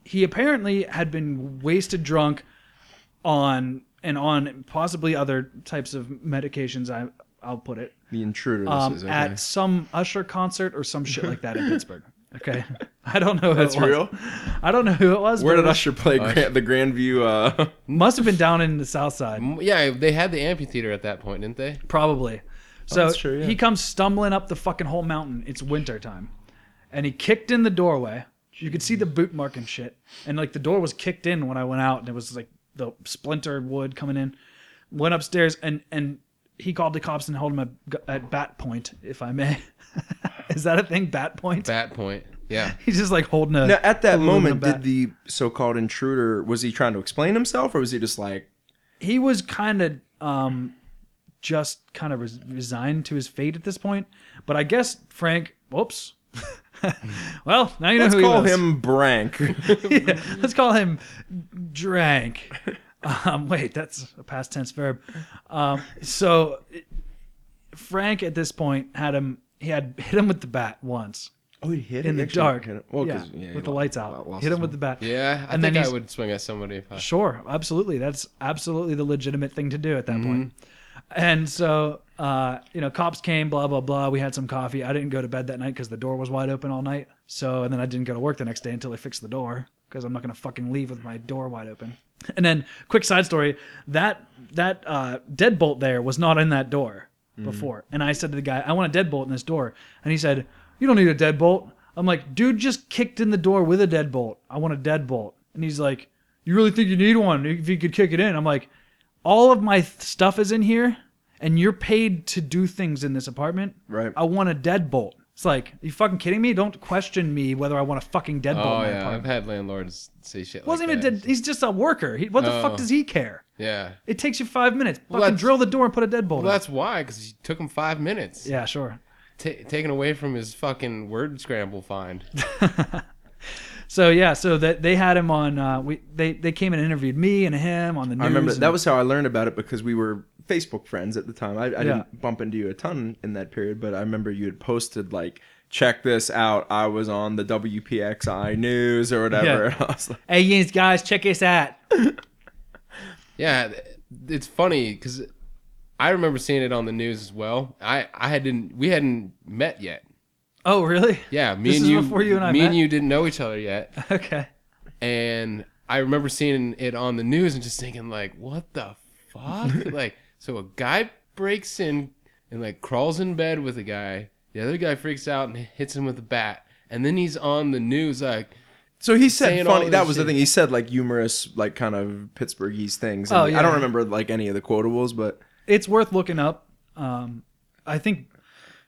[SPEAKER 4] he apparently had been wasted drunk on and on possibly other types of medications. I, I'll put it
[SPEAKER 5] The intruder. This
[SPEAKER 4] um,
[SPEAKER 5] is okay.
[SPEAKER 4] at some Usher concert or some shit like that in Pittsburgh. Okay. I don't know. Who
[SPEAKER 5] That's
[SPEAKER 4] it was.
[SPEAKER 5] real?
[SPEAKER 4] I don't know who it was.
[SPEAKER 5] Where
[SPEAKER 4] but
[SPEAKER 5] did
[SPEAKER 4] it was-
[SPEAKER 5] Usher play Grand, the Grandview? Uh,
[SPEAKER 4] Must have been down in the South Side.
[SPEAKER 1] M- Yeah, they had the amphitheater at that point, didn't they?
[SPEAKER 4] Probably. So
[SPEAKER 5] Oh, that's true, yeah.
[SPEAKER 4] he comes stumbling up the fucking whole mountain. It's winter time. And he kicked in the doorway. You could see the boot mark and shit. And like the door was kicked in when I went out and it was like the splintered wood coming in. Went upstairs and and he called the cops and held him at, at bat point, if I may. Is that a thing? Bat point?
[SPEAKER 1] That point. Yeah.
[SPEAKER 4] He's just like holding a.
[SPEAKER 5] now, at that moment,
[SPEAKER 4] bat.
[SPEAKER 5] did the so-called intruder was he trying to explain himself, or was he just like,
[SPEAKER 4] he was kind of um, just kind of res- resigned to his fate at this point. But I guess Frank, whoops. well, now you know
[SPEAKER 5] let's
[SPEAKER 4] who
[SPEAKER 5] call
[SPEAKER 4] he was.
[SPEAKER 5] him Brank?
[SPEAKER 4] Yeah, let's call him drank. Um, wait, that's a past tense verb. Um, so it- Frank at this point had him. He had hit him with the bat once
[SPEAKER 5] oh, he hit
[SPEAKER 4] in the dark. yeah, with the lights out.
[SPEAKER 5] lost
[SPEAKER 4] Hit
[SPEAKER 5] his
[SPEAKER 4] him with the bat.
[SPEAKER 1] Yeah. I
[SPEAKER 4] And then
[SPEAKER 1] think I
[SPEAKER 4] he's-
[SPEAKER 1] would swing at somebody if I.
[SPEAKER 4] Sure, absolutely. That's absolutely the legitimate thing to do at that point. And so, uh, you know, cops came, blah blah blah. We had some coffee. I didn't go to bed that night because the door was wide open all night. So, and then I didn't go to work the next day until they fixed the door because I'm not gonna fucking leave with my door wide open. And then, quick side story: that that uh, deadbolt there was not in that door before. And I said to the guy, "I want a deadbolt in this door," and he said, "You don't need a deadbolt." I'm like, "Dude, just kicked in the door with a deadbolt. I want a deadbolt." And he's like you really think you need one if you could kick it in? I'm like, all of my th- stuff is in here, and you're paid to do things in this apartment.
[SPEAKER 5] Right.
[SPEAKER 4] I want a deadbolt. It's like, you fucking kidding me? Don't question me whether I want a fucking deadbolt
[SPEAKER 1] Oh
[SPEAKER 4] in my
[SPEAKER 1] yeah, I've
[SPEAKER 4] apartment.
[SPEAKER 1] had landlords say shit.
[SPEAKER 4] Wasn't
[SPEAKER 1] like
[SPEAKER 4] even
[SPEAKER 1] that.
[SPEAKER 4] dead. He's just a worker. He, what the
[SPEAKER 1] Oh.
[SPEAKER 4] fuck does he care?
[SPEAKER 1] Yeah.
[SPEAKER 4] It takes you five minutes. Fucking
[SPEAKER 1] that's-
[SPEAKER 4] drill the door and put a deadbolt. in.
[SPEAKER 1] Well, that's why, because it took him five minutes.
[SPEAKER 4] yeah, sure.
[SPEAKER 1] Ta taken away from his fucking word scramble find.
[SPEAKER 4] So yeah, so that they had him on. Uh, we they they came and interviewed me and him on the news.
[SPEAKER 5] I remember
[SPEAKER 4] and-
[SPEAKER 5] that was how I learned about it because we were Facebook friends at the time. I, I
[SPEAKER 4] Yeah.
[SPEAKER 5] didn't bump into you a ton in that period, but I remember you had posted like, "Check this out! I was on the WPXI news or whatever."
[SPEAKER 4] Yeah.
[SPEAKER 5] I was like,
[SPEAKER 4] Hey, yes, guys, check this out.
[SPEAKER 1] Yeah, th- it's funny because I remember seeing it on the news as well. I I hadn't we hadn't met yet.
[SPEAKER 4] Oh, really?
[SPEAKER 1] Yeah, me
[SPEAKER 4] This
[SPEAKER 1] and
[SPEAKER 4] is
[SPEAKER 1] you
[SPEAKER 4] before you and I
[SPEAKER 1] me
[SPEAKER 4] met?
[SPEAKER 1] and you didn't know each other yet,
[SPEAKER 4] Okay.
[SPEAKER 1] and I remember seeing it on the news and just thinking like, what the fuck? like, so a guy breaks in and like crawls in bed with a guy. The other guy freaks out and hits him with a bat, and then he's on the news like.
[SPEAKER 5] So he said
[SPEAKER 1] Saying all
[SPEAKER 5] funny.
[SPEAKER 1] this
[SPEAKER 5] That was the
[SPEAKER 1] shit.
[SPEAKER 5] thing. He said like humorous, like kind of Pittsburghese things. And
[SPEAKER 4] Oh, yeah.
[SPEAKER 5] I don't remember like any of the quotables, but
[SPEAKER 4] It's worth looking up. Um, I think.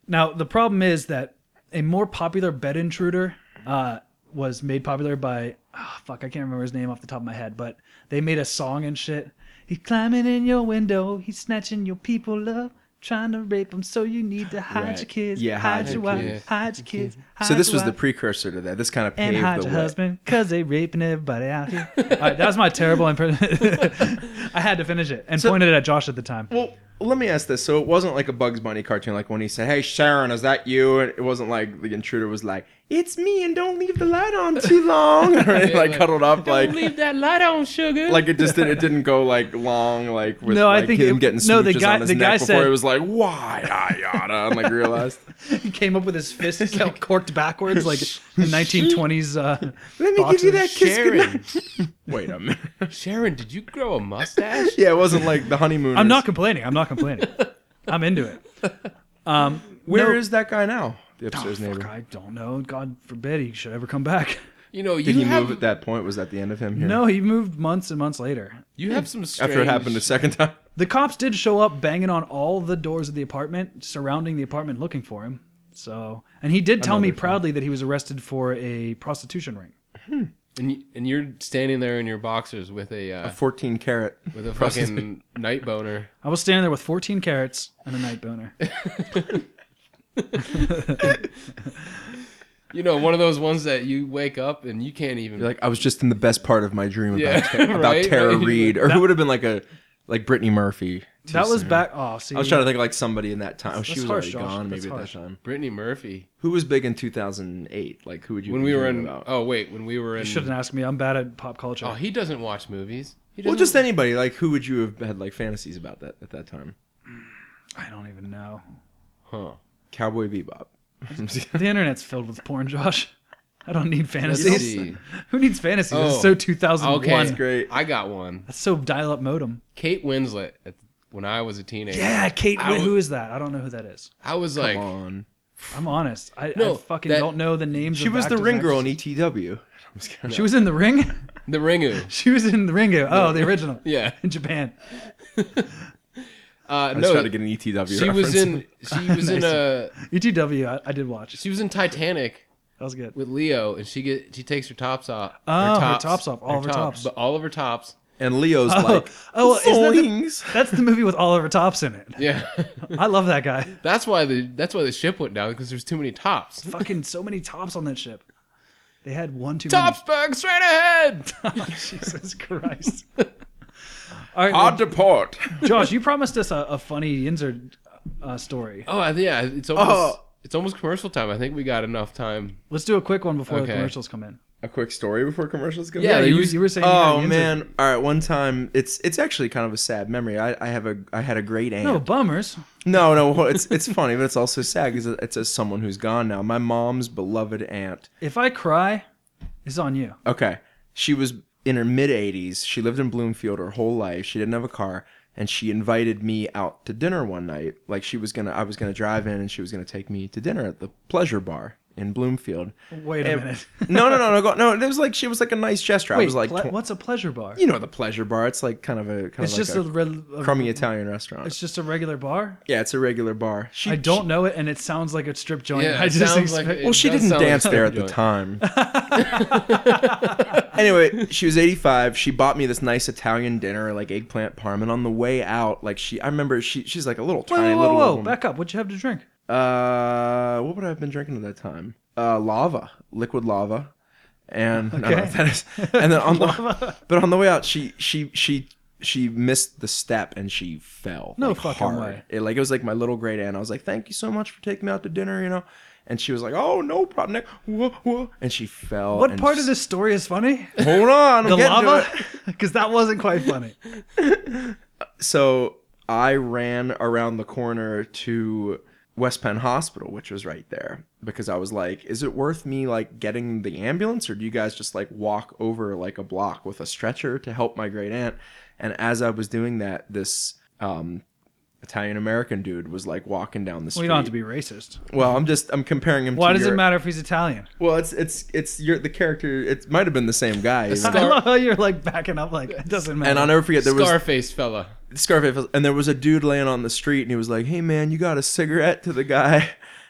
[SPEAKER 4] Now the problem is that a more popular bed intruder uh, was made popular by ah, fuck I can't remember his name off the top of my head, but they made a song and shit. He's climbing in your window. He's snatching your people up. Trying to rape them, so you need to hide
[SPEAKER 5] Right.
[SPEAKER 4] your kids,
[SPEAKER 5] Yeah,
[SPEAKER 4] hide,
[SPEAKER 5] hide
[SPEAKER 4] your
[SPEAKER 5] your
[SPEAKER 4] wife,
[SPEAKER 1] kids.
[SPEAKER 4] hide your kids. Hide
[SPEAKER 5] so this
[SPEAKER 4] your
[SPEAKER 5] was the
[SPEAKER 4] wife.
[SPEAKER 5] precursor to that. This kind of
[SPEAKER 4] and
[SPEAKER 5] paved
[SPEAKER 4] hide
[SPEAKER 5] the
[SPEAKER 4] your
[SPEAKER 5] way.
[SPEAKER 4] husband because they raping everybody out here. All right, that was my terrible impersonation. I had to finish it and pointed it at Josh at the time.
[SPEAKER 5] Well, let me ask this. So it wasn't like a Bugs Bunny cartoon, like when he said, "Hey Sharon, is that you?" And it wasn't like the intruder was like, "It's me," and don't leave the light on too long, or like,
[SPEAKER 1] like,
[SPEAKER 5] cuddled up, like
[SPEAKER 1] leave that light on, sugar.
[SPEAKER 5] like it just didn't, it didn't go like long, like with
[SPEAKER 4] No, I
[SPEAKER 5] like,
[SPEAKER 4] think
[SPEAKER 5] him
[SPEAKER 4] it-
[SPEAKER 5] getting
[SPEAKER 4] no,
[SPEAKER 5] smooches
[SPEAKER 4] the guy-
[SPEAKER 5] on his
[SPEAKER 4] the
[SPEAKER 5] neck
[SPEAKER 4] guy
[SPEAKER 5] before
[SPEAKER 4] said-
[SPEAKER 5] he was like, "Why, yada yada," and like realized.
[SPEAKER 4] He came up with his fist he's like corked backwards like the 1920s. Uh,
[SPEAKER 5] Let
[SPEAKER 4] me give you that
[SPEAKER 1] kiss
[SPEAKER 5] Sharon.
[SPEAKER 1] goodnight.
[SPEAKER 5] Wait a minute.
[SPEAKER 1] Sharon, did you grow a mustache?
[SPEAKER 5] yeah, it wasn't like the honeymoon.
[SPEAKER 4] I'm not complaining. I'm not complaining. I'm into it. Um,
[SPEAKER 5] Where is
[SPEAKER 4] no-
[SPEAKER 5] that guy now? The upstairs
[SPEAKER 4] Oh, fuck,
[SPEAKER 5] neighbor.
[SPEAKER 4] I don't know. God forbid he should ever come back.
[SPEAKER 1] You know,
[SPEAKER 5] Did
[SPEAKER 1] you
[SPEAKER 5] he
[SPEAKER 1] have
[SPEAKER 5] move at that point? Was that the end of him here?
[SPEAKER 4] No, he moved months and months later.
[SPEAKER 1] you have some strange
[SPEAKER 5] After it happened the second time.
[SPEAKER 4] The cops did show up banging on all the doors of the apartment, surrounding the apartment looking for him. So, and he did tell me
[SPEAKER 5] Another thing.
[SPEAKER 4] proudly that he was arrested for a prostitution ring.
[SPEAKER 1] and, you, and you're standing there in your boxers with a uh,
[SPEAKER 5] 14 carat.
[SPEAKER 1] with a
[SPEAKER 5] prostitute.
[SPEAKER 1] fucking night boner.
[SPEAKER 4] I was standing there with 14 carats and a night boner.
[SPEAKER 1] You know, one of those ones that you wake up and you can't even
[SPEAKER 5] You're like, I was just in the best part of my dream about,
[SPEAKER 1] Yeah,
[SPEAKER 5] Tara- about
[SPEAKER 1] right? Like,
[SPEAKER 5] Tara
[SPEAKER 1] you're
[SPEAKER 5] Reed. Or who would have been like a like Brittany Murphy. too
[SPEAKER 4] that was
[SPEAKER 5] soon.
[SPEAKER 4] back. Oh, see,
[SPEAKER 5] I was trying to think of like somebody in that time. Oh, she
[SPEAKER 4] that's
[SPEAKER 5] was
[SPEAKER 4] harsh,
[SPEAKER 5] already
[SPEAKER 4] Josh.
[SPEAKER 5] gone
[SPEAKER 4] That's
[SPEAKER 5] maybe at that
[SPEAKER 4] harsh.
[SPEAKER 5] time.
[SPEAKER 1] Brittany Murphy
[SPEAKER 5] Who was big in 2008? Like who would you
[SPEAKER 1] when
[SPEAKER 5] be
[SPEAKER 1] we were
[SPEAKER 5] dreaming
[SPEAKER 1] in.
[SPEAKER 5] about?
[SPEAKER 1] Oh wait, when we were in.
[SPEAKER 4] you shouldn't ask me. I'm bad at pop culture.
[SPEAKER 1] Oh, he doesn't watch movies. He
[SPEAKER 5] well,
[SPEAKER 1] doesn't-
[SPEAKER 5] just anybody. Like who would you have had like fantasies about that at that time?
[SPEAKER 4] I don't even know.
[SPEAKER 1] Huh.
[SPEAKER 5] Cowboy Bebop.
[SPEAKER 4] The internet's filled with porn, Josh. I don't need
[SPEAKER 1] Let's
[SPEAKER 4] fantasies.
[SPEAKER 1] see.
[SPEAKER 4] Who needs fantasies? This
[SPEAKER 1] Oh.
[SPEAKER 4] is so 2001.
[SPEAKER 1] Okay,
[SPEAKER 5] That's great.
[SPEAKER 1] I got one.
[SPEAKER 4] That's so dial-up modem.
[SPEAKER 1] Kate Winslet. At, when I was a teenager,
[SPEAKER 4] Yeah, Kate.
[SPEAKER 1] I
[SPEAKER 4] who
[SPEAKER 1] was-
[SPEAKER 4] is that? I don't know who that is.
[SPEAKER 1] I was
[SPEAKER 5] Come
[SPEAKER 1] like,
[SPEAKER 5] on.
[SPEAKER 4] I'm honest. I,
[SPEAKER 1] No,
[SPEAKER 4] I fucking
[SPEAKER 1] that-
[SPEAKER 4] don't know the names.
[SPEAKER 5] She
[SPEAKER 4] of
[SPEAKER 5] was the
[SPEAKER 4] actors
[SPEAKER 5] ring
[SPEAKER 4] and
[SPEAKER 5] girl in
[SPEAKER 4] actresses.
[SPEAKER 5] ETW. I'm just kidding.
[SPEAKER 4] She was in the ring.
[SPEAKER 1] the Ringu.
[SPEAKER 4] she was in the ringo. Oh, the original.
[SPEAKER 1] Yeah.
[SPEAKER 4] In Japan.
[SPEAKER 1] Uh,
[SPEAKER 5] I just
[SPEAKER 1] no,
[SPEAKER 5] tried to get an ETW.
[SPEAKER 1] she
[SPEAKER 5] reference.
[SPEAKER 1] was in. She was in a.
[SPEAKER 4] ETW. E I, I did watch.
[SPEAKER 1] She was in Titanic.
[SPEAKER 4] That was good.
[SPEAKER 1] with Leo, and she get she takes her tops off.
[SPEAKER 4] Oh, her tops off, all of her tops.
[SPEAKER 1] but all of her tops.
[SPEAKER 5] And Leo's like,
[SPEAKER 4] oh, isn't
[SPEAKER 5] "Zoinks."
[SPEAKER 4] That's the movie with Oliver Tops in it.
[SPEAKER 1] Yeah,
[SPEAKER 4] I love that guy.
[SPEAKER 1] that's why the that's why the ship went down because there's too many
[SPEAKER 5] Hmm.
[SPEAKER 1] tops.
[SPEAKER 4] fucking so many tops on that ship. They had one too
[SPEAKER 1] Tops, bug straight ahead.
[SPEAKER 4] many. Jesus Christ. All right,
[SPEAKER 5] Hard
[SPEAKER 4] well,
[SPEAKER 5] to port.
[SPEAKER 4] Josh, you promised us a, a funny Yinzer uh, story.
[SPEAKER 1] Oh I- yeah, it's almost
[SPEAKER 5] Oh.
[SPEAKER 1] it's almost commercial time. I think we got enough time.
[SPEAKER 4] Let's do a quick one before the
[SPEAKER 1] Okay.
[SPEAKER 4] commercials come in.
[SPEAKER 5] A quick story before commercials go.
[SPEAKER 1] Yeah,
[SPEAKER 4] Yeah,
[SPEAKER 1] they
[SPEAKER 4] you,
[SPEAKER 1] used-
[SPEAKER 4] you were saying. you had
[SPEAKER 5] Oh
[SPEAKER 4] a Yinzer-
[SPEAKER 5] man! All right, one time it's it's actually kind of a sad memory. I, I have a I had a great aunt.
[SPEAKER 4] No bummers.
[SPEAKER 5] No, no, well, it's it's funny, but it's also sad because it's a, someone who's gone now. My mom's beloved aunt.
[SPEAKER 4] If I cry, it's on you.
[SPEAKER 5] Okay, she was in her mid eighties. She lived in Bloomfield her whole life. She didn't have a car, and she invited me out to dinner one night. Like she was gonna, I was gonna drive in, and she was gonna take me to dinner at the Pleasure Bar in Bloomfield.
[SPEAKER 4] Wait a
[SPEAKER 5] And-
[SPEAKER 4] minute.
[SPEAKER 5] no, no, no, no, go, no. It was like she was like a nice gesture. I
[SPEAKER 4] Wait,
[SPEAKER 5] was like,
[SPEAKER 4] ple-
[SPEAKER 5] tw-
[SPEAKER 4] what's a pleasure bar?
[SPEAKER 5] you know, the Pleasure Bar. It's like kind of a kind
[SPEAKER 4] it's
[SPEAKER 5] of
[SPEAKER 4] just
[SPEAKER 5] like
[SPEAKER 4] a, re- a-
[SPEAKER 5] a crummy Italian restaurant.
[SPEAKER 4] It's just a regular bar.
[SPEAKER 5] Yeah, it's a regular bar. She,
[SPEAKER 4] I don't know it, and it sounds like a strip joint.
[SPEAKER 1] Yeah,
[SPEAKER 4] I
[SPEAKER 1] it
[SPEAKER 4] just
[SPEAKER 1] sounds
[SPEAKER 4] expect-
[SPEAKER 1] like it-
[SPEAKER 5] Well, she
[SPEAKER 1] does
[SPEAKER 5] didn't
[SPEAKER 1] sound like
[SPEAKER 5] dance
[SPEAKER 1] a
[SPEAKER 5] there at
[SPEAKER 1] strip
[SPEAKER 5] the time. anyway, she was 85. She bought me this nice Italian dinner, like eggplant parm. And on the way out, like she, I remember she, she's like a little
[SPEAKER 4] Whoa,
[SPEAKER 5] tiny
[SPEAKER 4] whoa,
[SPEAKER 5] little
[SPEAKER 4] whoa, whoa!
[SPEAKER 5] woman.
[SPEAKER 4] Back up. What'd you have to drink?
[SPEAKER 5] Uh, what would I have been drinking at that time? Uh, lava, liquid lava, and I don't know
[SPEAKER 4] Okay.
[SPEAKER 5] what that is. And then on the, but on the way out, she she she she missed the step and she fell.
[SPEAKER 4] No
[SPEAKER 5] like,
[SPEAKER 4] fucking
[SPEAKER 5] hard.
[SPEAKER 4] way.
[SPEAKER 5] It, like it was like my little great aunt. I was like, thank you so much for taking me out to dinner, you know. And she was like, oh no problem, Nick. Whoa, whoa. And she fell.
[SPEAKER 4] What
[SPEAKER 5] and
[SPEAKER 4] part of
[SPEAKER 5] just-
[SPEAKER 4] this story is funny?
[SPEAKER 5] Hold on, I'm
[SPEAKER 4] the
[SPEAKER 5] getting to
[SPEAKER 4] lava
[SPEAKER 5] it.
[SPEAKER 4] because that wasn't quite funny
[SPEAKER 5] so I ran around the corner to West Penn Hospital, which was right there, because I was like, is it worth me like getting the ambulance or do you guys just like walk over like a block with a stretcher to help my great aunt? And as I was doing that, this um, Italian American dude was like walking down the street.
[SPEAKER 4] We don't have to be racist.
[SPEAKER 5] Well, I'm just I'm comparing him.
[SPEAKER 4] Why
[SPEAKER 5] to
[SPEAKER 4] does
[SPEAKER 5] your-
[SPEAKER 4] it matter if he's Italian?
[SPEAKER 5] Well, it's it's it's your the character. It might have been the same guy. you know?
[SPEAKER 4] I love how you're like backing up, like it doesn't matter.
[SPEAKER 5] and I'll never forget there was
[SPEAKER 1] Scarface fella.
[SPEAKER 5] Scarface, and there was a dude laying on the street, and he was like, "Hey man, you got a cigarette?" To the guy,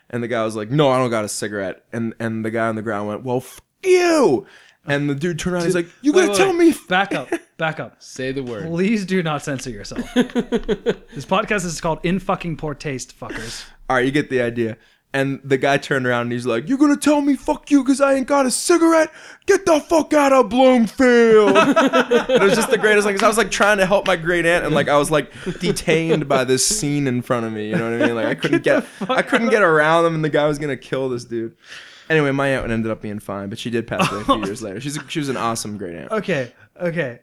[SPEAKER 5] and the guy was like, "No, I don't got a cigarette." And and the guy on the ground went, "Well, f- you." And the dude turned around, he's like, "You
[SPEAKER 4] Wait,
[SPEAKER 5] gotta
[SPEAKER 4] wait,
[SPEAKER 5] tell
[SPEAKER 4] wait.
[SPEAKER 5] me." f-
[SPEAKER 4] Back up, back up.
[SPEAKER 1] Say the word.
[SPEAKER 4] Please do not censor yourself. this podcast is called "In Fucking Poor Taste, Fuckers."
[SPEAKER 5] All right, you get the idea. And the guy turned around and he's like, "You're gonna tell me fuck you because I ain't got a cigarette? Get the fuck out of Bloomfield!" it was just the greatest thing. 'cause I was like trying to help my great aunt, and like I was like detained by this scene in front of me. You know what I mean? Like I couldn't get, I couldn't get around them, and the guy was gonna kill this dude. Anyway, my aunt ended up being fine, but she did pass away a few years later. She's a, she was an awesome great aunt.
[SPEAKER 4] Okay, okay.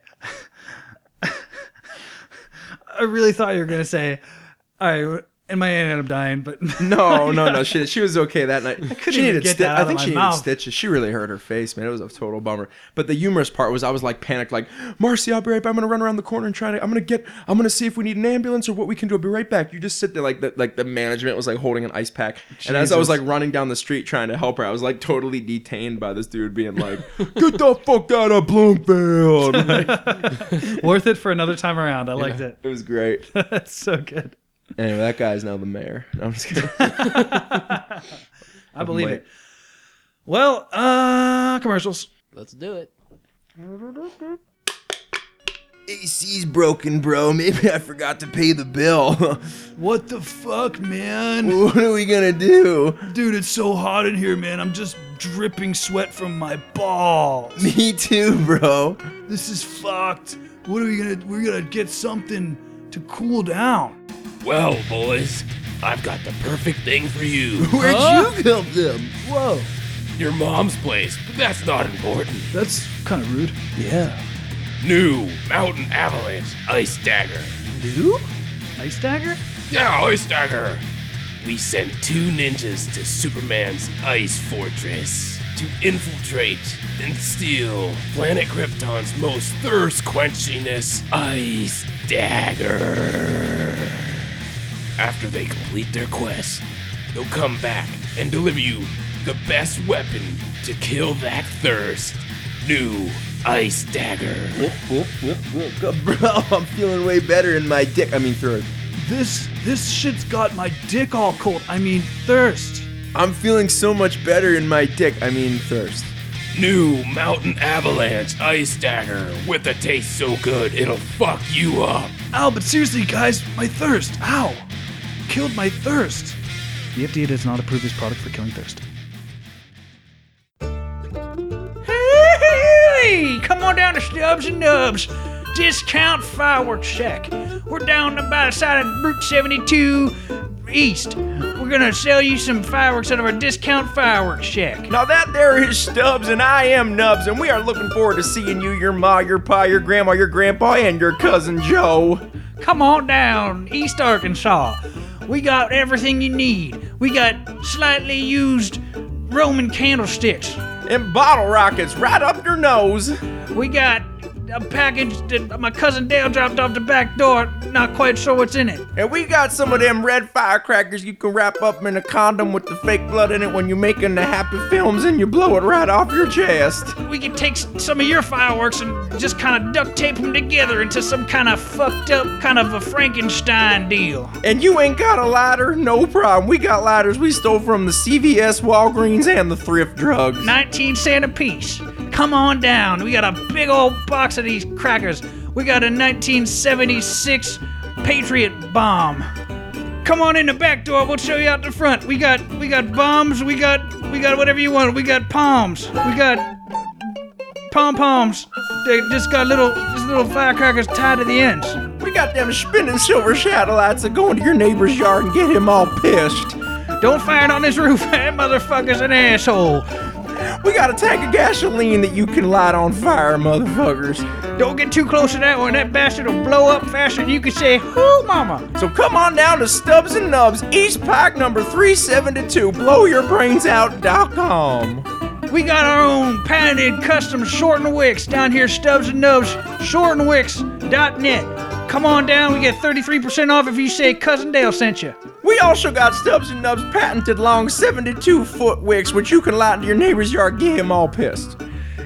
[SPEAKER 4] I really thought you were gonna say, "All right," and my aunt ended up dying, but
[SPEAKER 5] No, no, no. She she was okay that night. she
[SPEAKER 4] even
[SPEAKER 5] needed
[SPEAKER 4] get
[SPEAKER 5] sti-
[SPEAKER 4] that out
[SPEAKER 5] I
[SPEAKER 4] of
[SPEAKER 5] think
[SPEAKER 4] my
[SPEAKER 5] she
[SPEAKER 4] mouth.
[SPEAKER 5] needed stitches. She really hurt her face, man. It was a total bummer. But the humorous part was I was like panicked, like Marcy, I'll be right back. I'm gonna run around the corner and try to. I'm gonna get. I'm gonna see if we need an ambulance or what we can do. I'll be right back. You just sit there like the like the management was like holding an ice pack. And as I was like running down the street trying to help her, I was like totally detained by this dude being like, "Get the fuck out of Bloomfield." Like,
[SPEAKER 4] worth it for another time around. I liked it.
[SPEAKER 5] it was great.
[SPEAKER 4] That's so good.
[SPEAKER 5] Anyway, that guy's now the mayor. No, I'm just kidding.
[SPEAKER 4] I believe
[SPEAKER 5] Wait.
[SPEAKER 4] it. Well, uh, commercials.
[SPEAKER 1] Let's do it.
[SPEAKER 5] AC's broken, bro. Maybe I forgot to pay the bill.
[SPEAKER 4] What the fuck, man?
[SPEAKER 5] what are we gonna do?
[SPEAKER 4] Dude, it's so hot in here, man. I'm just dripping sweat from my balls.
[SPEAKER 5] Me too, bro.
[SPEAKER 4] This is fucked. What are we gonna? We're gonna get something to cool down.
[SPEAKER 2] Well, boys, I've got the perfect thing for you.
[SPEAKER 5] Where'd you come from?
[SPEAKER 4] Whoa,
[SPEAKER 2] Your mom's place, but that's not important.
[SPEAKER 4] that's kind of rude.
[SPEAKER 5] Yeah.
[SPEAKER 2] New Mountain Avalanche Ice Dagger.
[SPEAKER 5] You?
[SPEAKER 4] Ice dagger?
[SPEAKER 2] Yeah, Ice Dagger. We sent two ninjas to Superman's ice fortress to infiltrate and steal planet Krypton's most thirst quenchingness ice dagger. After they complete their quest, they'll come back and deliver you the best weapon to kill that thirst. New ice dagger.
[SPEAKER 5] Bro, I'm feeling way better in my dick. I mean, throat.
[SPEAKER 4] This this shit's got my dick all cold. I mean thirst.
[SPEAKER 5] I'm feeling so much better in my dick. I mean, thirst.
[SPEAKER 2] New Mountain Avalanche Ice Dagger with a taste so good it'll fuck you up.
[SPEAKER 4] Ow, but seriously, guys, my thirst. Ow, killed my thirst. The FDA does not approve this product for killing thirst. Hey, come on down to Stubbs and Nubs. Discount fireworks shack. We're down by the side of Route 72 East. We're gonna sell you some fireworks out of our discount fireworks shack.
[SPEAKER 5] Now that there is Stubbs, and I am Nubs, and we are looking forward to seeing you, your ma, your pa, your grandma, your grandpa, and your cousin Joe.
[SPEAKER 4] Come on down, East Arkansas. We got everything you need. We got slightly used Roman candlesticks.
[SPEAKER 5] And bottle rockets right up your nose.
[SPEAKER 4] We got a package that my cousin Dale dropped off the back door. Not quite sure what's in it.
[SPEAKER 5] And we got some of them red firecrackers you can wrap up in a condom with the fake blood in it when you're making the happy films and you blow it right off your chest.
[SPEAKER 4] We could take s- some of your fireworks and just kind of duct tape them together into some kind of fucked up kind of a Frankenstein deal.
[SPEAKER 5] And you ain't got a lighter? No problem. We got lighters we stole from the CVS, Walgreens, and the thrift drugs.
[SPEAKER 4] 19 cent a piece. Come on down. We got a big old box of these crackers. We got a 1976 Patriot bomb. Come on in the back door. We'll show you out the front. We got we got bombs. We got we got whatever you want. We got palms. We got pom poms. They just got little just little firecrackers tied to the ends.
[SPEAKER 5] We got them spinning silver satellites that go into your neighbor's yard and get him all pissed.
[SPEAKER 4] Don't fire it on this roof, that motherfucker's an asshole.
[SPEAKER 5] We got a tank of gasoline that you can light on fire, motherfuckers.
[SPEAKER 6] Don't get too close to that one. That bastard will blow up faster than you can say, whoo, mama.
[SPEAKER 5] So come on down to Stubbs and Nubs, East Pike number 372, blowyourbrainsout.com.
[SPEAKER 6] We got our own patented custom short and wicks down here, Stubbs and Nubs, shortandwicks.net. Come on down, we get 33% off if you say Cousin Dale sent you.
[SPEAKER 5] We also got Stubbs and Nubs patented long 72 foot wicks, which you can light into your neighbor's yard, get him all pissed.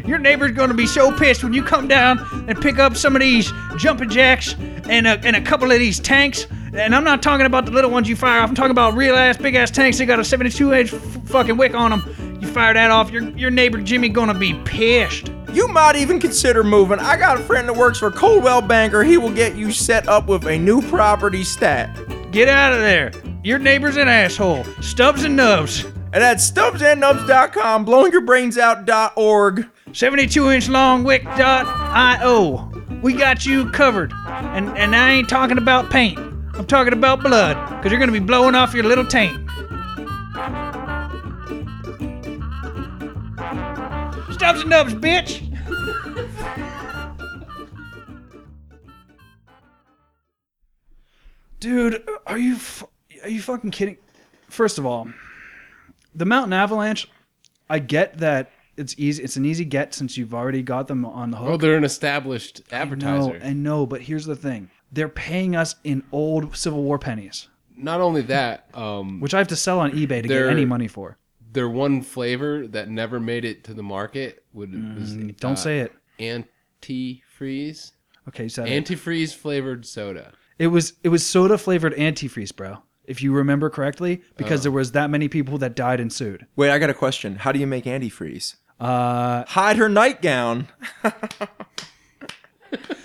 [SPEAKER 6] Your neighbor's gonna be so pissed when you come down and pick up some of these jumping jacks and a, and a couple of these tanks. And I'm not talking about the little ones you fire off. I'm talking about real ass, big ass tanks. They got a 72 inch f- fucking wick on them. You fire that off, your your neighbor Jimmy gonna be pissed.
[SPEAKER 5] You might even consider moving. I got a friend that works for Coldwell Banker. He will get you set up with a new property stat.
[SPEAKER 6] Get out of there. Your neighbor's an asshole. Stubs and nubs.
[SPEAKER 5] And that's stubbsandnubs.com, blowingyourbrainsout.org.
[SPEAKER 6] 72 inch long wick.io. We got you covered. And and I ain't talking about paint. I'm talking about blood, because you're gonna be blowing off your little taint. Stubs and nubs, bitch!
[SPEAKER 4] Dude, are you f- are you fucking kidding? First of all, the Mountain Avalanche, I get that it's easy. It's an easy get since you've already got them on the hook.
[SPEAKER 1] Oh, they're an established
[SPEAKER 4] no,
[SPEAKER 1] advertiser.
[SPEAKER 4] I know, but here's the thing: they're paying us in old Civil War pennies,
[SPEAKER 1] Not only that, um,
[SPEAKER 4] which I have to sell on eBay to
[SPEAKER 1] They're-
[SPEAKER 4] get any money for.
[SPEAKER 1] their one flavor that never made it to the market would
[SPEAKER 5] Mm,
[SPEAKER 1] was,
[SPEAKER 4] Don't
[SPEAKER 1] uh,
[SPEAKER 4] say it.
[SPEAKER 1] antifreeze,
[SPEAKER 4] Okay, so
[SPEAKER 1] antifreeze flavored soda.
[SPEAKER 4] it was it was soda flavored antifreeze, bro. If you remember correctly, because there was that many people that died and sued.
[SPEAKER 5] Wait, I got a question. How do you make antifreeze?
[SPEAKER 4] Uh,
[SPEAKER 5] Hide her nightgown.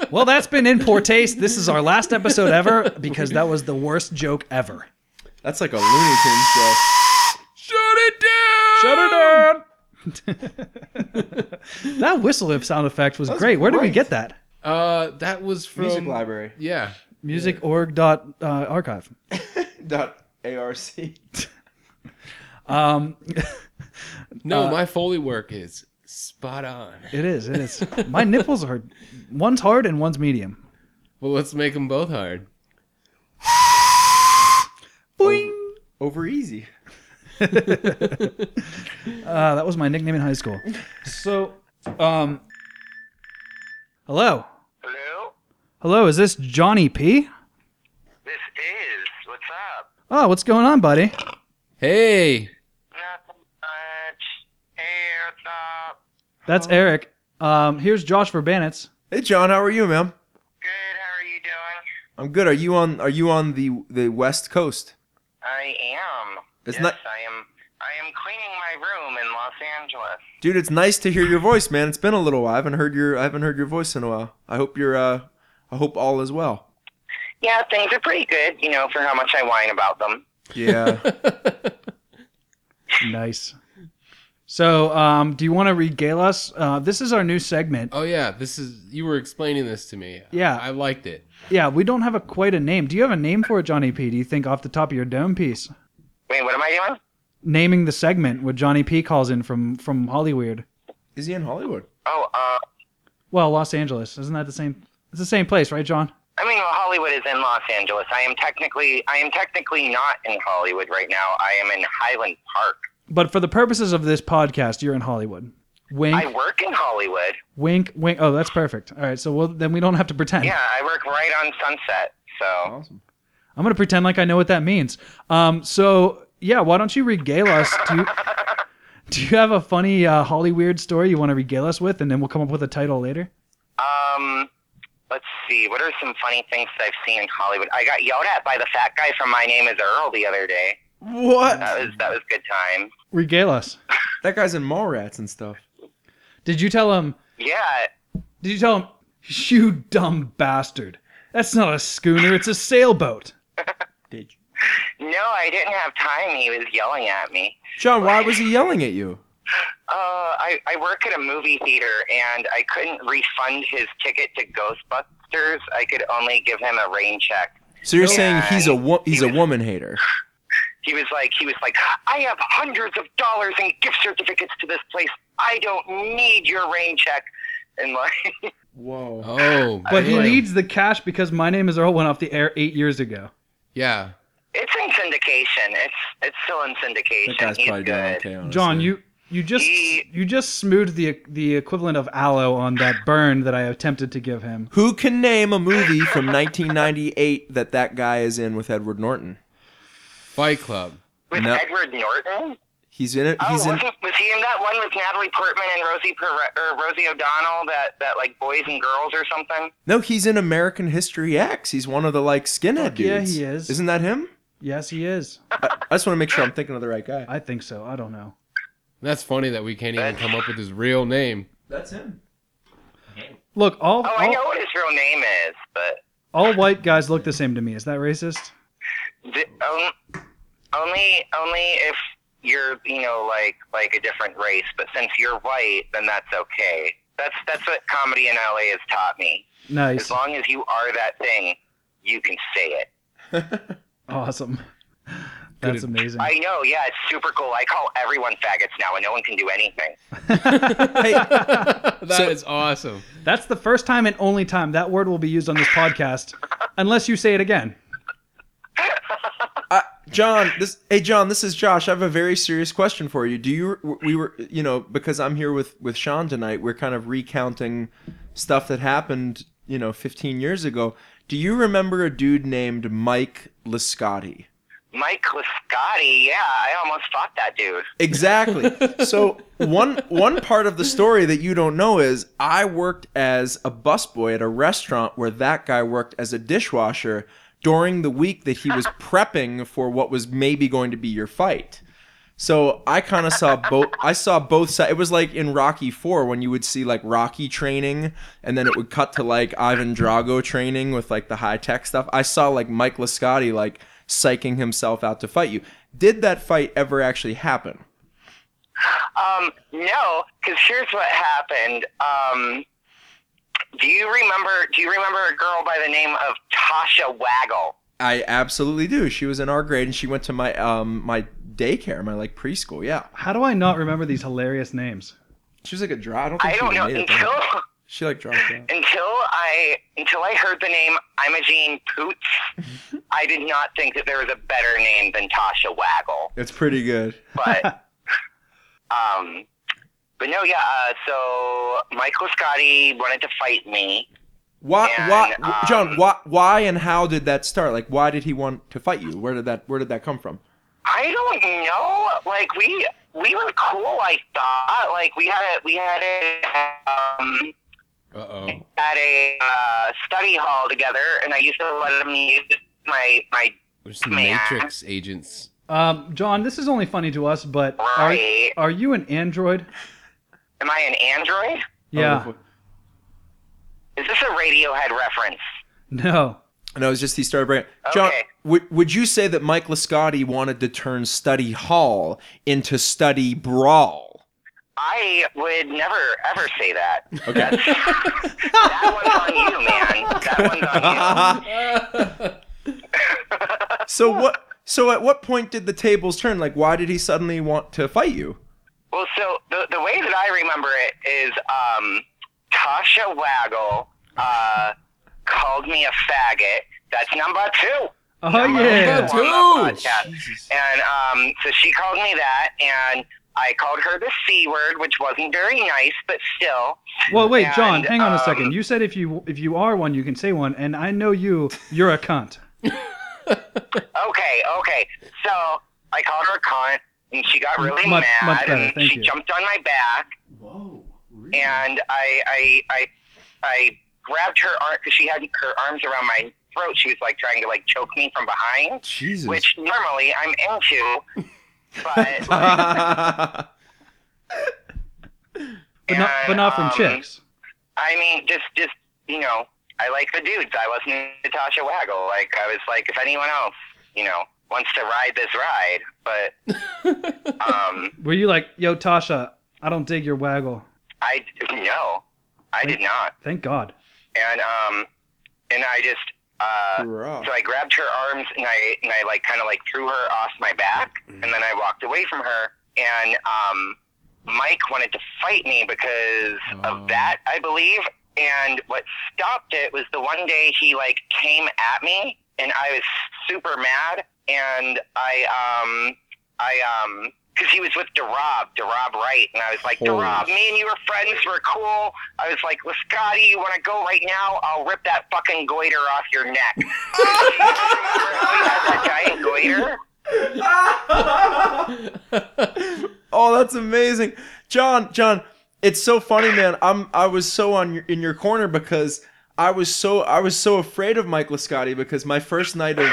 [SPEAKER 4] well, that's been in poor taste. This is our last episode ever because that was the worst joke ever.
[SPEAKER 5] That's like a Looney Tunes joke.
[SPEAKER 4] That whistle lip sound effect was great. Where did we
[SPEAKER 5] great.
[SPEAKER 4] get that?
[SPEAKER 1] Uh, that was from
[SPEAKER 4] Um,
[SPEAKER 5] Music library.
[SPEAKER 1] Yeah,
[SPEAKER 4] Musicorg dot uh, archive.
[SPEAKER 5] Dot ARC.
[SPEAKER 4] Um,
[SPEAKER 1] no,
[SPEAKER 5] Uh,
[SPEAKER 1] my foley work is spot on.
[SPEAKER 4] it is. It is. My nipples are one's hard and one's medium.
[SPEAKER 1] Well, let's make them both hard.
[SPEAKER 4] Boing.
[SPEAKER 5] Over easy.
[SPEAKER 4] Uh, that was my nickname in high school. So, um, hello,
[SPEAKER 7] Hello?
[SPEAKER 4] hello. Is this Johnny P?
[SPEAKER 7] This is. What's up?
[SPEAKER 4] Oh, what's going on, buddy?
[SPEAKER 1] Hey,
[SPEAKER 7] Nothing much. Hey, what's up?
[SPEAKER 4] That's Eric. Um, here's Josh Verbanitz.
[SPEAKER 5] Hey John, how are you, man?
[SPEAKER 7] Good, how are you doing?
[SPEAKER 5] I'm good. Are you on are you on the the West Coast?
[SPEAKER 7] I am.
[SPEAKER 5] It's
[SPEAKER 7] yes,
[SPEAKER 5] not-
[SPEAKER 7] I am. I am cleaning my room in Los Angeles.
[SPEAKER 5] Dude, it's nice to hear your voice, man. It's been a little while. I haven't heard your I haven't heard your voice in a while. I hope you're uh I hope all is well.
[SPEAKER 7] Yeah, things are pretty good, you know, for how much I whine about them.
[SPEAKER 5] Yeah.
[SPEAKER 4] Nice. So, um, do you want to regale us? Uh, this is our new segment.
[SPEAKER 1] oh yeah, this is you were explaining this to me.
[SPEAKER 4] Yeah.
[SPEAKER 1] I liked it.
[SPEAKER 4] Yeah, we don't have a quite a name. Do you have a name for it, Johnny P? Do you think off the top of your dome piece?
[SPEAKER 7] Wait, what am I doing?
[SPEAKER 4] Naming the segment what Johnny P calls in from from Hollywood.
[SPEAKER 5] Is he in Hollywood?
[SPEAKER 7] Oh, uh,
[SPEAKER 4] Well, Los Angeles. Isn't that the same? It's the same place, right, John?
[SPEAKER 7] I mean, well, Hollywood is in Los Angeles. I am technically, I am technically not in Hollywood right now. I am in Highland Park.
[SPEAKER 4] But for the purposes of this podcast, you're in Hollywood. Wink,
[SPEAKER 7] I work in Hollywood.
[SPEAKER 4] wink, wink. Oh, that's perfect. All right, so we'll, then we don't have to pretend.
[SPEAKER 7] Yeah, I work right on Sunset. So,
[SPEAKER 5] Awesome.
[SPEAKER 4] I'm gonna pretend like I know what that means. Um, so yeah, why don't you regale us? Do you, do you have a funny uh, Hollyweird story you want to regale us with, and then we'll come up with a title later?
[SPEAKER 7] um, let's see. What are some funny things that I've seen in Hollywood? I got yelled at by the fat guy from My Name Is Earl the other day.
[SPEAKER 5] What?
[SPEAKER 7] That was that was good time.
[SPEAKER 4] Regale us.
[SPEAKER 5] That guy's in Mallrats and stuff.
[SPEAKER 4] Did you tell him?
[SPEAKER 7] Yeah,
[SPEAKER 4] Did you tell him? You dumb bastard. That's not a schooner. It's a sailboat.
[SPEAKER 5] Did you?
[SPEAKER 7] no, I didn't have time. He was yelling at me.
[SPEAKER 5] John, why was he yelling at you?
[SPEAKER 7] Uh, I, I work at a movie theater and I couldn't refund his ticket to Ghostbusters. I could only give him a rain check.
[SPEAKER 5] So you're
[SPEAKER 7] Yeah,
[SPEAKER 5] saying he's a wo- he's a woman hater.
[SPEAKER 7] He was like, he was like, I have hundreds of dollars in gift certificates to this place. I don't need your rain check. And like,
[SPEAKER 5] Whoa.
[SPEAKER 1] Oh,
[SPEAKER 4] But he
[SPEAKER 1] boy.
[SPEAKER 4] needs the cash because my name is Earl went off the air eight years ago.
[SPEAKER 1] Yeah.
[SPEAKER 7] it's in syndication. It's it's still in syndication.
[SPEAKER 5] That guy's
[SPEAKER 7] He's
[SPEAKER 5] probably
[SPEAKER 7] good.
[SPEAKER 5] doing okay. Honestly.
[SPEAKER 4] John, you you just
[SPEAKER 7] He-
[SPEAKER 4] you just smoothed the the equivalent of aloe on that burn that I attempted to give him.
[SPEAKER 5] Who can name a movie from 1998 that that guy is in with Edward Norton?
[SPEAKER 1] Fight Club.
[SPEAKER 7] With
[SPEAKER 5] No.
[SPEAKER 7] Edward Norton?
[SPEAKER 5] He's in it.
[SPEAKER 7] Oh,
[SPEAKER 5] He's in.
[SPEAKER 7] wasn't, was he in that one with Natalie Portman and Rosie Per- or Rosie O'Donnell? That that like boys and girls or something?
[SPEAKER 5] No, he's in American History X. He's one of the like skinhead
[SPEAKER 4] Fuck yeah,
[SPEAKER 5] dudes.
[SPEAKER 4] he is.
[SPEAKER 5] Isn't that him?
[SPEAKER 4] Yes, he is.
[SPEAKER 5] I, I just want to make sure I'm thinking of the right guy.
[SPEAKER 4] I think so. I don't know.
[SPEAKER 1] That's funny that we can't even come up with his real name.
[SPEAKER 5] That's him.
[SPEAKER 4] Look, all
[SPEAKER 7] Oh, I know
[SPEAKER 4] all,
[SPEAKER 7] what his real name is, but
[SPEAKER 4] all white guys look the same to me. Is that racist?
[SPEAKER 7] the, um, only only if you're you know like like a different race. But since you're white, then that's okay. That's that's what comedy in LA has taught me. As
[SPEAKER 4] Nice.
[SPEAKER 7] long as you are that thing, you can say it.
[SPEAKER 4] Awesome. That's amazing.
[SPEAKER 7] I know. Yeah, it's super cool. I call everyone faggots now, and no one can do anything.
[SPEAKER 1] That is awesome.
[SPEAKER 4] That's the first time and only time that word will be used on this podcast, unless you say it again.
[SPEAKER 5] John, this hey John, this is Josh. I have a very serious question for you. Do you we were you know because I'm here with with Sean tonight, we're kind of recounting stuff that happened you know 15 years ago. Do you remember a dude named Mike Liscotti?
[SPEAKER 7] Mike Liscotti. Yeah, I almost fought that dude.
[SPEAKER 5] Exactly. so one one part of the story that you don't know is I worked as a busboy at a restaurant where that guy worked as a dishwasher during the week that he was prepping for what was maybe going to be your fight. So I kind of saw both. I saw both sides. It was like in Rocky Four when you would see like Rocky training, and then it would cut to like Ivan Drago training with like the high tech stuff. I saw like Mike Lascotti like psyching himself out to fight you. Did that fight ever actually happen?
[SPEAKER 7] Um, no, because here's what happened. Um, do you remember? Do you remember a girl by the name of Tasha Waggle?
[SPEAKER 5] I absolutely do. She was in our grade, and she went to my um my daycare, my like preschool. Yeah,
[SPEAKER 4] How do I not remember these hilarious names?
[SPEAKER 5] she was like a draw. I don't think
[SPEAKER 7] I
[SPEAKER 5] she
[SPEAKER 7] don't know
[SPEAKER 5] even made it.
[SPEAKER 7] until
[SPEAKER 5] She like dropped out.
[SPEAKER 7] until I until I heard the name Imogene Poots. I did not think that there was a better name than Tasha Waggle,
[SPEAKER 5] It's pretty good.
[SPEAKER 7] but um, but no, yeah. Uh, so Michael Scotty wanted to fight me.
[SPEAKER 5] Why,
[SPEAKER 7] And,
[SPEAKER 5] why, John?
[SPEAKER 7] um,
[SPEAKER 5] Why, why, and how did that start? Like, why did he want to fight you? Where did that, where did that come from?
[SPEAKER 7] I don't know. Like we we were cool. I thought like we had a, we had a um,
[SPEAKER 1] Uh oh.
[SPEAKER 7] had a uh, study hall together, and I used to let him use my my
[SPEAKER 1] There's some
[SPEAKER 7] Man.
[SPEAKER 1] Matrix agents.
[SPEAKER 4] Um, John, this is only funny to us, but are,
[SPEAKER 7] Right.
[SPEAKER 4] are you an android?
[SPEAKER 7] Am I an android?
[SPEAKER 5] Oh,
[SPEAKER 4] Yeah.
[SPEAKER 7] Is this a Radiohead reference?
[SPEAKER 4] No.
[SPEAKER 5] And I was just he started bringing. John,
[SPEAKER 7] Okay.
[SPEAKER 5] would would you say that Mike Lascotti wanted to turn study hall into study brawl?
[SPEAKER 7] I would never ever say that. Okay. that one's on you, man. That one's on you.
[SPEAKER 5] So what? So at what point did the tables turn? Like, why did he suddenly want to fight you?
[SPEAKER 7] Well, so the, the way that I remember it is um, Tasha Waggle uh, called me a faggot. That's number two.
[SPEAKER 4] Oh
[SPEAKER 7] Number
[SPEAKER 4] yeah.
[SPEAKER 7] two on the
[SPEAKER 1] Two.
[SPEAKER 7] podcast. And um, so she called me that, and I called her the C word, which wasn't very nice, but still.
[SPEAKER 4] Well, wait, John,
[SPEAKER 7] And,
[SPEAKER 4] hang on a second.
[SPEAKER 7] um,
[SPEAKER 4] You said if you if you are one, you can say one, and I know you. You're a cunt.
[SPEAKER 7] Okay, okay. So I called her a cunt, and she got really
[SPEAKER 4] Much-
[SPEAKER 7] mad,
[SPEAKER 4] much better,
[SPEAKER 7] and
[SPEAKER 4] thank
[SPEAKER 7] she
[SPEAKER 4] you.
[SPEAKER 7] jumped on my back. Whoa! And I, I, I, I grabbed her arm because she had her arms around my throat. She was like trying to like choke me from behind,
[SPEAKER 5] Jesus.
[SPEAKER 7] which normally I'm into, but
[SPEAKER 4] But not but not from
[SPEAKER 7] um,
[SPEAKER 4] chicks.
[SPEAKER 7] I mean, just, just you know, I like the dudes. I wasn't Natasha Waggle. Like I was like, if anyone else, you know, wants to ride this ride, but um,
[SPEAKER 4] Were you like, yo, Tasha? I don't dig your waggle.
[SPEAKER 7] I no, I did not.
[SPEAKER 4] Thank God.
[SPEAKER 7] and um, and I just Uh, so I grabbed her arms and I and I like kind of like threw her off my back, and then I walked away from her. And um, Mike wanted to fight me because of that, I believe. And what stopped it was the one day he like came at me, and I was super mad. And I um I um because he was with Darab, Darab Wright, and I was like, Darab, me and you were friends, we're cool. I was like, Lascotti, you want to go right now? I'll rip that fucking goiter off your neck. And he had that giant goiter.
[SPEAKER 5] Oh, that's amazing, John. John, it's so funny, man. I'm I was so on your, in your corner because I was so I was so afraid of Mike Lascotti because my first night of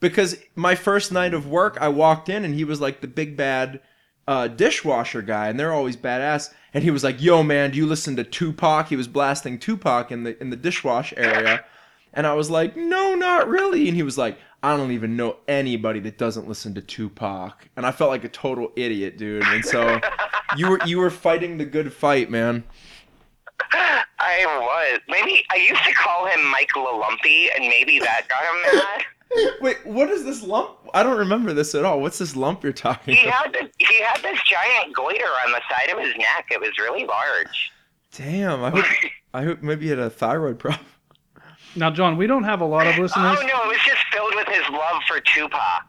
[SPEAKER 5] because my first night of work, I walked in and he was like the big bad uh, dishwasher guy, and they're always badass. And he was like, "Yo, man, do you listen to Tupac?" He was blasting Tupac in the in the dishwash area, and I was like, "No, not really." And he was like, "I don't even know anybody that doesn't listen to Tupac," and I felt like a total idiot, dude. And so you were you were fighting the good fight, man.
[SPEAKER 7] I was. Maybe I used to call him Mike LaLumpy, and maybe that got him mad.
[SPEAKER 5] Wait, what is this lump? I don't remember this at all. What's this lump you're talking
[SPEAKER 7] He
[SPEAKER 5] about?
[SPEAKER 7] had this, he had this giant goiter on the side of his neck. It was really large.
[SPEAKER 5] Damn, I hope I hope maybe you had a thyroid problem.
[SPEAKER 4] Now, John, we don't have a lot of
[SPEAKER 7] Oh
[SPEAKER 4] listeners.
[SPEAKER 7] no, it was just filled with his love for Tupac.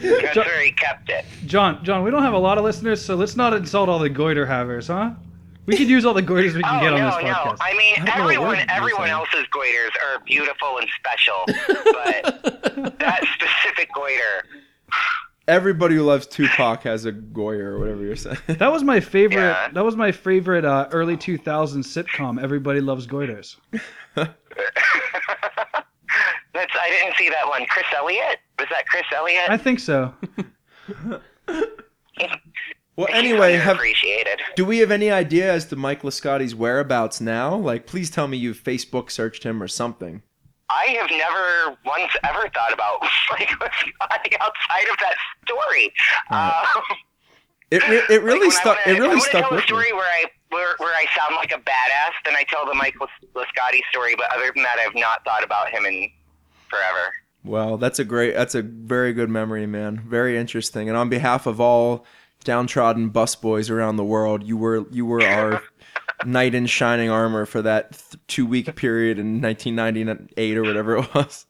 [SPEAKER 7] That's where he kept it.
[SPEAKER 4] John, John, we don't have a lot of listeners, so let's not insult all the goiter havers, huh? We could use all the goiters we can
[SPEAKER 7] Oh
[SPEAKER 4] get on
[SPEAKER 7] no,
[SPEAKER 4] this
[SPEAKER 7] no!
[SPEAKER 4] podcast.
[SPEAKER 7] I mean,
[SPEAKER 5] know what
[SPEAKER 7] everyone,
[SPEAKER 5] you're
[SPEAKER 7] everyone
[SPEAKER 5] saying.
[SPEAKER 7] else's goiters are beautiful and special, but that specific goiter.
[SPEAKER 5] Everybody who loves Tupac has a goyer or whatever you're saying.
[SPEAKER 4] That was my favorite.
[SPEAKER 7] Yeah.
[SPEAKER 4] That was my favorite uh, early 2000s sitcom. Everybody loves goiters.
[SPEAKER 7] That's I didn't see that one. Chris Elliott was that Chris Elliott?
[SPEAKER 4] I think so.
[SPEAKER 5] Well,
[SPEAKER 7] He's
[SPEAKER 5] anyway, have,
[SPEAKER 7] underappreciated.
[SPEAKER 5] do we have any idea as to Mike Lascotti's whereabouts now? Like, please tell me you've Facebook searched him or something.
[SPEAKER 7] I have never once ever thought about like what's going on outside of that story. Um,
[SPEAKER 5] It re- it really
[SPEAKER 7] like, when I
[SPEAKER 5] stuck.
[SPEAKER 7] wanna-
[SPEAKER 5] It really
[SPEAKER 7] if I wanna
[SPEAKER 5] stuck
[SPEAKER 7] tell a
[SPEAKER 5] with me.
[SPEAKER 7] story where I where, where I sound like a badass, then I tell the Mike Lis- Liscotti story. But other than that, I've not thought about him in forever.
[SPEAKER 5] Well, that's a great. That's a very good memory, man. Very interesting. And on behalf of all downtrodden busboys around the world, you were you were our knight in shining armor for that th- two week period in 1998 or whatever it was.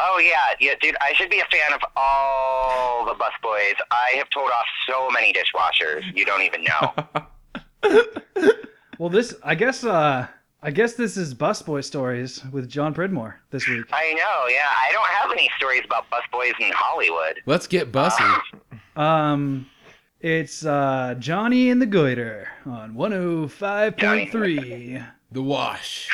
[SPEAKER 7] Oh yeah, yeah, dude. I should be a fan of all the busboys. I have told off so many dishwashers. You don't even know.
[SPEAKER 4] Well, this I guess. Uh, I guess this is Busboy stories with John Pridmore this week.
[SPEAKER 7] I know. Yeah, I don't have any stories about busboys in Hollywood.
[SPEAKER 1] Let's get bussy.
[SPEAKER 4] Um, it's uh, Johnny and the Goiter on 105.3.
[SPEAKER 1] The wash.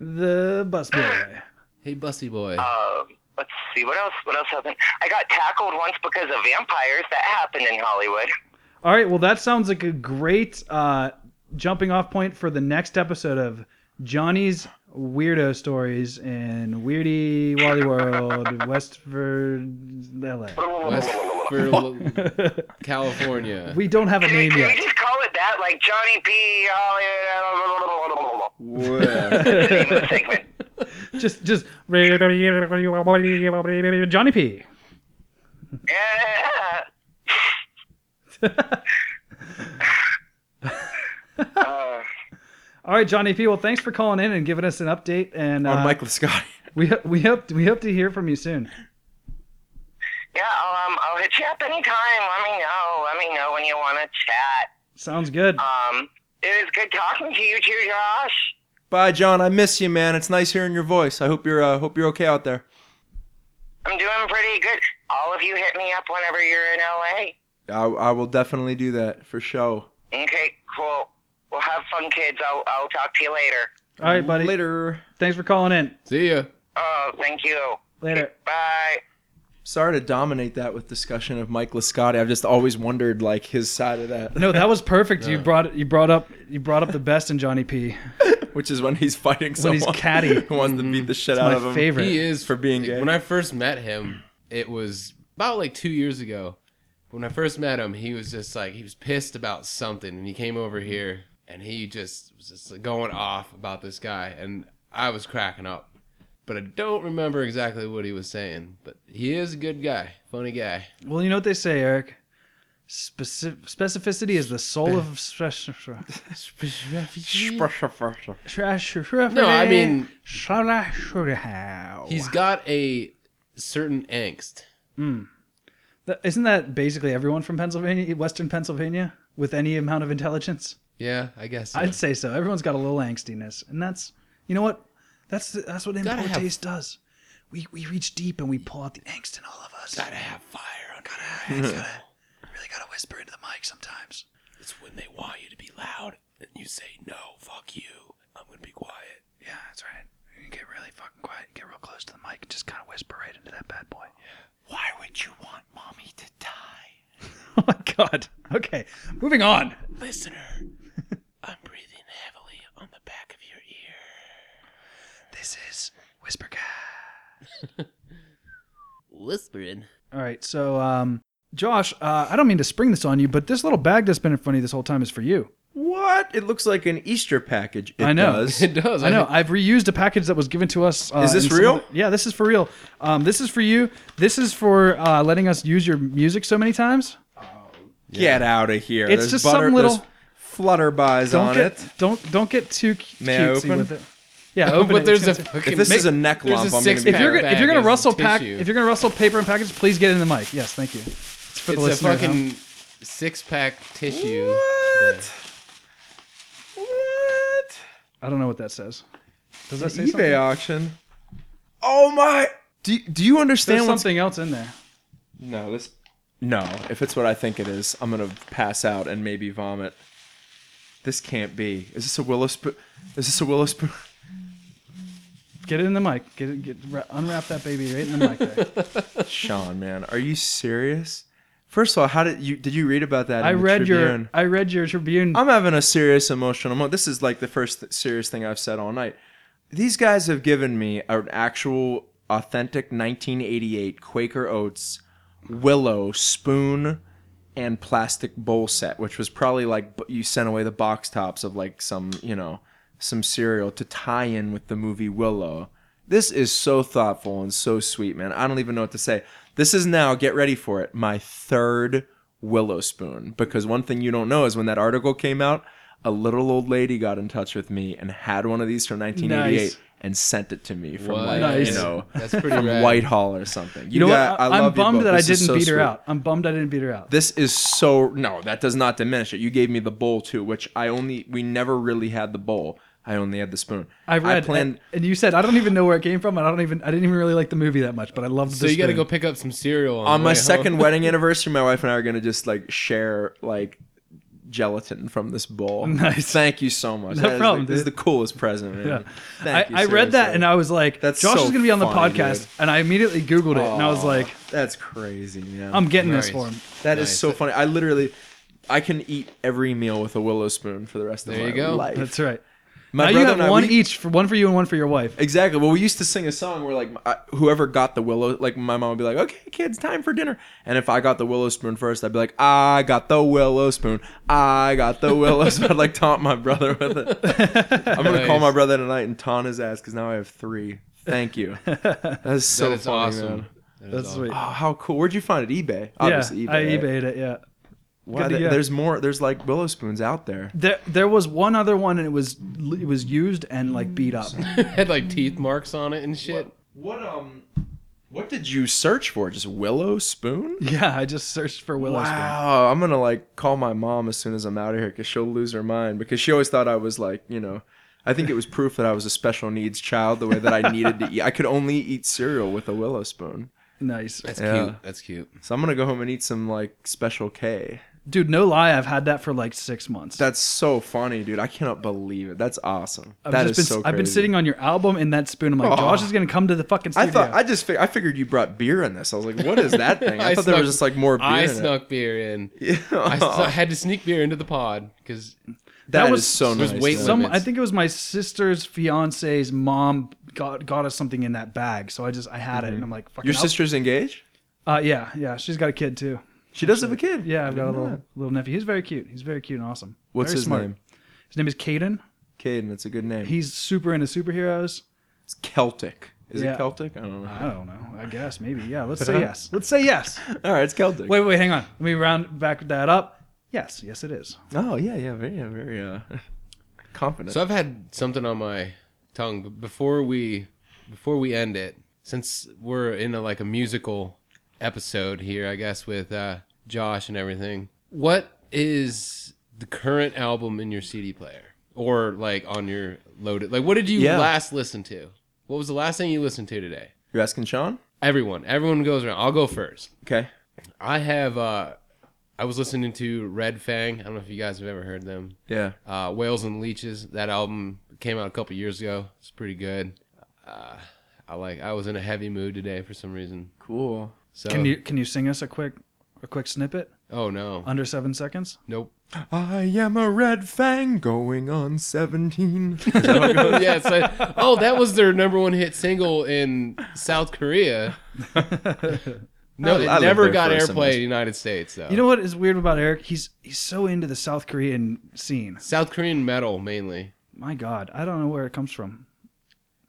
[SPEAKER 4] The Busboy.
[SPEAKER 1] Hey, bussy boy.
[SPEAKER 7] Um, let's see what else. What else happened? I got tackled once because of vampires. That happened in Hollywood.
[SPEAKER 4] All right. Well, that sounds like a great uh, jumping off point for the next episode of Johnny's Weirdo Stories in Weirdy Wally World, Westford, LA.
[SPEAKER 1] West for L- California.
[SPEAKER 4] We don't have a
[SPEAKER 7] Can we,
[SPEAKER 4] name
[SPEAKER 7] can we
[SPEAKER 4] yet.
[SPEAKER 7] just call it that? Like Johnny P. Hollywood.
[SPEAKER 5] Whoa.
[SPEAKER 7] That's the name of the segment.
[SPEAKER 4] Just, just Johnny P.
[SPEAKER 7] Yeah. Uh,
[SPEAKER 4] All right, Johnny P. Well, thanks for calling in and giving us an update, and
[SPEAKER 5] on
[SPEAKER 4] uh,
[SPEAKER 5] Mike Lascotti.
[SPEAKER 4] we ho- we hope we hope to hear from you soon.
[SPEAKER 7] yeah, I'll, um, I'll hit you up anytime. Let me know. Let me know when you want to chat.
[SPEAKER 4] Sounds good.
[SPEAKER 1] Uh,
[SPEAKER 7] Um, it was good talking to you too, Josh.
[SPEAKER 5] Bye, John. I miss you, man. It's nice hearing your voice. I hope you're uh, hope you're okay out there.
[SPEAKER 7] I'm doing pretty good. All of you hit me up whenever you're in LA.
[SPEAKER 5] I, I will definitely do that for show.
[SPEAKER 7] Okay, cool. Well, have fun, kids. I'll, I'll talk to you later.
[SPEAKER 4] All right, buddy.
[SPEAKER 5] Later.
[SPEAKER 4] Thanks for calling in.
[SPEAKER 1] See ya.
[SPEAKER 7] Oh, thank you.
[SPEAKER 4] Later.
[SPEAKER 7] Bye.
[SPEAKER 5] Sorry to dominate that with discussion of Mike Lascotti. I've just always wondered like his side of that,
[SPEAKER 4] No, that was perfect. You brought you brought up you brought up the best in Johnny P.
[SPEAKER 5] which is when he's fighting
[SPEAKER 4] When
[SPEAKER 5] someone
[SPEAKER 4] he's catty.
[SPEAKER 5] who wants to beat the shit out
[SPEAKER 4] My
[SPEAKER 5] of him.
[SPEAKER 4] favorite.
[SPEAKER 1] He is
[SPEAKER 5] For being gay.
[SPEAKER 1] When I first met him, it was about like two years ago. When I first met him, he was just like he was pissed about something, and he came over here and he just was just going off about this guy, and I was cracking up. But I don't remember exactly what he was saying. But he is a good guy, funny guy.
[SPEAKER 4] Well, you know what they say, Eric. Speci- specificity is the soul of stress. Trash.
[SPEAKER 1] No, I mean
[SPEAKER 4] He's
[SPEAKER 1] he's got a certain angst.
[SPEAKER 4] isn't that basically everyone from Pennsylvania, Western Pennsylvania, with any amount of intelligence?
[SPEAKER 1] Yeah, I guess. so.
[SPEAKER 4] I'd say so. Everyone's got a little angstiness, and that's you know what, that's that's what import
[SPEAKER 1] have-
[SPEAKER 4] taste does. We we reach deep and we pull out the angst in all of us. Gotta have fire. Gotta have angst. gotta, really gotta whisper into the mic sometimes.
[SPEAKER 2] It's when they want you to be loud and you say, no, fuck you. I'm going to be quiet.
[SPEAKER 4] Yeah, that's right. You get really fucking quiet. Get real close to the mic. and Just kind of whisper right into that bad boy.
[SPEAKER 2] Why would you want mommy to die?
[SPEAKER 4] Oh my god. Okay, moving on.
[SPEAKER 2] Listener, I'm breathing heavily on the back of your ear.
[SPEAKER 4] This is Whisper Guy.
[SPEAKER 2] Whispering.
[SPEAKER 4] All right, so um, Josh, uh, I don't mean to spring this on you, but this little bag that's been in front of you this whole time is for you.
[SPEAKER 5] What? It looks like an Easter package. It
[SPEAKER 4] I know.
[SPEAKER 5] Does.
[SPEAKER 1] it does.
[SPEAKER 4] I know. I've reused a package that was given to us. Uh,
[SPEAKER 5] Is this
[SPEAKER 4] in some
[SPEAKER 5] real?
[SPEAKER 4] of the- yeah, this is for real. Um, this is for you. This is for uh, letting us use your music so many times.
[SPEAKER 5] Get out of here.
[SPEAKER 4] It's
[SPEAKER 5] There's
[SPEAKER 4] just
[SPEAKER 5] butter,
[SPEAKER 4] some little-
[SPEAKER 5] there's flutterbys
[SPEAKER 4] Don't
[SPEAKER 5] on
[SPEAKER 4] get
[SPEAKER 5] it.
[SPEAKER 4] don't don't get too cu-
[SPEAKER 5] May I
[SPEAKER 4] cutesy
[SPEAKER 5] open?
[SPEAKER 4] with it. Yeah,
[SPEAKER 1] Oh,
[SPEAKER 4] open
[SPEAKER 1] but
[SPEAKER 4] it.
[SPEAKER 1] there's a
[SPEAKER 4] It's-
[SPEAKER 1] fucking.
[SPEAKER 5] If this
[SPEAKER 1] make-
[SPEAKER 5] is a neck
[SPEAKER 1] there's
[SPEAKER 5] lump,
[SPEAKER 1] a
[SPEAKER 5] I'm gonna
[SPEAKER 1] six
[SPEAKER 5] be.
[SPEAKER 1] pack.
[SPEAKER 4] if you're gonna, if you're gonna
[SPEAKER 1] bag is
[SPEAKER 4] rustle pack
[SPEAKER 1] tissue.
[SPEAKER 4] if you're gonna rustle paper and package, please get it in the mic. Yes, thank you. It's for the
[SPEAKER 1] it's a
[SPEAKER 4] listener. huh?
[SPEAKER 1] fucking six pack tissue.
[SPEAKER 5] What? What?
[SPEAKER 4] I don't know what that says. Does that say
[SPEAKER 5] eBay
[SPEAKER 4] something?
[SPEAKER 5] auction. Oh my! Do Do you
[SPEAKER 4] There's
[SPEAKER 5] understand what's
[SPEAKER 4] something else in there.
[SPEAKER 5] No, this. No, if it's what I think it is, I'm gonna pass out and maybe vomit. This can't be. Is this a willow spoon? Is this a willow spoon?
[SPEAKER 4] Get it in the mic. Get it. Get ra- unwrap that baby right in the mic. There.
[SPEAKER 5] Sean, man, are you serious? First of all, how did you did you read about that?
[SPEAKER 4] I
[SPEAKER 5] in the
[SPEAKER 4] read your
[SPEAKER 5] Tribune?
[SPEAKER 4] I read your Tribune.
[SPEAKER 5] I'm having a serious emotional moment. This is like the first th- serious thing I've said all night. These guys have given me an actual authentic 1988 Quaker Oats willow spoon and plastic bowl set, which was probably like b- you sent away the box tops of like some, you know, some cereal to tie in with the movie Willow. This is so thoughtful and so sweet, man. I don't even know what to say. This is now, get ready for it, my third Willow spoon. Because one thing you don't know is when that article came out, a little old lady got in touch with me and had one of these from 1988
[SPEAKER 4] Nice.
[SPEAKER 5] and sent it to me from
[SPEAKER 1] What?
[SPEAKER 5] like,
[SPEAKER 4] Nice.
[SPEAKER 5] you know,
[SPEAKER 1] That's pretty
[SPEAKER 5] from
[SPEAKER 1] rad.
[SPEAKER 5] Whitehall or something.
[SPEAKER 4] You know
[SPEAKER 5] got-
[SPEAKER 4] what? I,
[SPEAKER 5] I
[SPEAKER 4] am
[SPEAKER 5] love you
[SPEAKER 4] bummed
[SPEAKER 5] both.
[SPEAKER 4] that I
[SPEAKER 5] This
[SPEAKER 4] didn't
[SPEAKER 5] is so
[SPEAKER 4] beat her
[SPEAKER 5] sweet.
[SPEAKER 4] out. I'm bummed I didn't beat her out.
[SPEAKER 5] This is so no, that does not diminish it. You gave me the bowl too, which I only we never really had the bowl. I only had the spoon.
[SPEAKER 4] I read e-,
[SPEAKER 5] planned
[SPEAKER 4] and, and you said I don't even know where it came from. and I don't even I didn't even really like the movie that much, but I loved.
[SPEAKER 1] So
[SPEAKER 4] the
[SPEAKER 1] you got to
[SPEAKER 4] spoon.
[SPEAKER 1] go pick up some cereal on,
[SPEAKER 5] on
[SPEAKER 1] the
[SPEAKER 5] my
[SPEAKER 1] way
[SPEAKER 5] second
[SPEAKER 1] Home.
[SPEAKER 5] wedding anniversary. My wife and I are gonna just like share like gelatin from this bowl.
[SPEAKER 4] Nice.
[SPEAKER 5] Thank you so much.
[SPEAKER 4] No
[SPEAKER 5] That is the-
[SPEAKER 4] problem,
[SPEAKER 5] this is the
[SPEAKER 4] dude.
[SPEAKER 5] coolest present. Man.
[SPEAKER 4] Yeah.
[SPEAKER 5] Thank you,
[SPEAKER 4] I, I read that
[SPEAKER 5] seriously.
[SPEAKER 4] and I was like,
[SPEAKER 5] That's
[SPEAKER 4] Josh
[SPEAKER 5] so
[SPEAKER 4] is gonna be on the
[SPEAKER 5] funny,
[SPEAKER 4] podcast,
[SPEAKER 5] dude.
[SPEAKER 4] and I immediately Googled it, and I was
[SPEAKER 5] Aw,
[SPEAKER 4] like,
[SPEAKER 5] that's crazy, man.
[SPEAKER 4] I'm getting
[SPEAKER 1] Nice.
[SPEAKER 4] this for him.
[SPEAKER 5] That is
[SPEAKER 1] Nice.
[SPEAKER 5] so funny. I literally, I can eat every meal with a willow spoon for the rest of
[SPEAKER 1] There
[SPEAKER 5] my
[SPEAKER 1] you go.
[SPEAKER 5] life.
[SPEAKER 4] That's right.
[SPEAKER 5] My
[SPEAKER 4] now you
[SPEAKER 5] brother
[SPEAKER 4] have
[SPEAKER 5] and I,
[SPEAKER 4] one
[SPEAKER 5] we-
[SPEAKER 4] each for one for you and one for your wife.
[SPEAKER 5] Exactly. Well, we used to sing a song where like I, whoever got the willow, like my mom would be like, "Okay, kids, time for dinner." And if I got the willow spoon first, I'd be like, "I got the willow spoon. I got the willow spoon." I'd like taunt my brother with it. I'm gonna call
[SPEAKER 1] Nice.
[SPEAKER 5] my brother tonight and taunt his ass because now I have three. Thank you. That's so
[SPEAKER 1] That is
[SPEAKER 5] funny,
[SPEAKER 1] awesome.
[SPEAKER 5] man.
[SPEAKER 1] That is
[SPEAKER 4] That's
[SPEAKER 1] awesome.
[SPEAKER 4] sweet.
[SPEAKER 5] Oh, how cool! Where'd you find it? eBay.
[SPEAKER 4] yeah,
[SPEAKER 5] Obviously,
[SPEAKER 4] I
[SPEAKER 5] eBay. right?
[SPEAKER 4] eBayed it. Yeah.
[SPEAKER 5] Wow,
[SPEAKER 4] Good to
[SPEAKER 5] th-
[SPEAKER 4] get.
[SPEAKER 5] there's more. There's like willow spoons out there.
[SPEAKER 4] There, there was one other one, and it was it was used and like beat up.
[SPEAKER 1] Had like teeth marks on it and shit.
[SPEAKER 5] What um, what did you search for? Just willow spoon?
[SPEAKER 4] yeah, I just searched for Willow Spoon.
[SPEAKER 5] Wow, I'm gonna like call my mom as soon as I'm out of here because she'll lose her mind because she always thought I was like, you know, I think it was proof that I was a special needs child the way that I needed to eat. I could only eat cereal with a willow spoon.
[SPEAKER 4] Nice.
[SPEAKER 1] That's
[SPEAKER 5] Yeah.
[SPEAKER 1] cute. That's cute.
[SPEAKER 5] So I'm gonna go home and eat some like special K.
[SPEAKER 4] Dude, no lie, I've had that for like six months.
[SPEAKER 5] That's so funny, dude. I cannot believe it. That's awesome.
[SPEAKER 4] I've
[SPEAKER 5] That
[SPEAKER 4] just
[SPEAKER 5] is
[SPEAKER 4] been,
[SPEAKER 5] so crazy.
[SPEAKER 4] I've been sitting on your album in that spoon. I'm like,
[SPEAKER 5] Oh.
[SPEAKER 4] Josh is gonna come to the fucking
[SPEAKER 5] I
[SPEAKER 4] studio.
[SPEAKER 5] thought I just fig- I figured you brought beer in this. I was like, what is that thing? I, thought there
[SPEAKER 1] snuck-
[SPEAKER 5] was just like more beer.
[SPEAKER 1] I
[SPEAKER 5] in
[SPEAKER 1] snuck beer in.
[SPEAKER 5] It.
[SPEAKER 1] I snu- had to sneak beer into the pod because
[SPEAKER 5] that,
[SPEAKER 4] that
[SPEAKER 5] was
[SPEAKER 4] was-
[SPEAKER 5] so
[SPEAKER 1] it was weight
[SPEAKER 5] nice. though.
[SPEAKER 1] limit.
[SPEAKER 4] some.
[SPEAKER 1] limits.
[SPEAKER 4] I think it was my sister's fiance's mom got got us something in that bag, so I just I had it, and I'm like, fucking
[SPEAKER 5] Mm-hmm. Your
[SPEAKER 4] I'll-
[SPEAKER 5] sister's engaged.
[SPEAKER 4] Uh, yeah, yeah, she's got a kid too.
[SPEAKER 5] She does have a kid.
[SPEAKER 4] Yeah, I've got a
[SPEAKER 5] Didn't know
[SPEAKER 4] little
[SPEAKER 5] that.
[SPEAKER 4] little nephew. He's very cute. He's very cute and awesome.
[SPEAKER 5] What's
[SPEAKER 4] Very
[SPEAKER 5] his
[SPEAKER 4] smart.
[SPEAKER 5] name?
[SPEAKER 4] His name is Caden.
[SPEAKER 5] Caden, it's a good name.
[SPEAKER 4] He's super into superheroes.
[SPEAKER 5] He's Celtic. Is
[SPEAKER 4] Yeah.
[SPEAKER 5] it Celtic? I don't know.
[SPEAKER 4] I don't know. I guess maybe. Yeah. Let's say yes. Let's say yes.
[SPEAKER 5] All right, it's Celtic.
[SPEAKER 4] Wait, wait, hang on. Let me round back that up. Yes, yes, it is.
[SPEAKER 5] Oh yeah, yeah, very, yeah, very uh, confident.
[SPEAKER 1] So I've had something on my tongue, but before we before we end it, since we're in a, like a musical episode here, I guess with uh, Josh and everything. What is the current album in your CD player or like on your loaded? Like, what did you
[SPEAKER 5] Yeah.
[SPEAKER 1] last listen to? What was the last thing you listened to today?
[SPEAKER 5] You're asking Sean?
[SPEAKER 1] Everyone, everyone goes around. I'll go first.
[SPEAKER 5] Okay.
[SPEAKER 1] I have. uh I was listening to Red Fang. I don't know if you guys have ever heard them
[SPEAKER 5] Yeah.
[SPEAKER 1] uh, Whales and Leeches. That album came out a couple years ago. It's pretty good. Uh, I like. I was in a heavy mood today for some reason.
[SPEAKER 5] Cool.
[SPEAKER 1] So
[SPEAKER 4] Can you can you sing us a quick a quick snippet
[SPEAKER 1] Oh no.
[SPEAKER 4] under seven seconds?
[SPEAKER 1] nope.
[SPEAKER 5] I am a red fang going on 17.
[SPEAKER 1] yeah. It's like, oh, that was their number one hit single in South Korea. No,
[SPEAKER 5] I-
[SPEAKER 1] it
[SPEAKER 5] I lived
[SPEAKER 1] never
[SPEAKER 5] there
[SPEAKER 1] got
[SPEAKER 5] for
[SPEAKER 1] airplay
[SPEAKER 5] a
[SPEAKER 1] in
[SPEAKER 5] semester.
[SPEAKER 1] the United States though.
[SPEAKER 4] You know what is weird about Eric? He's he's so into the South Korean scene.
[SPEAKER 1] South Korean metal mainly.
[SPEAKER 4] My God, I don't know where it comes from.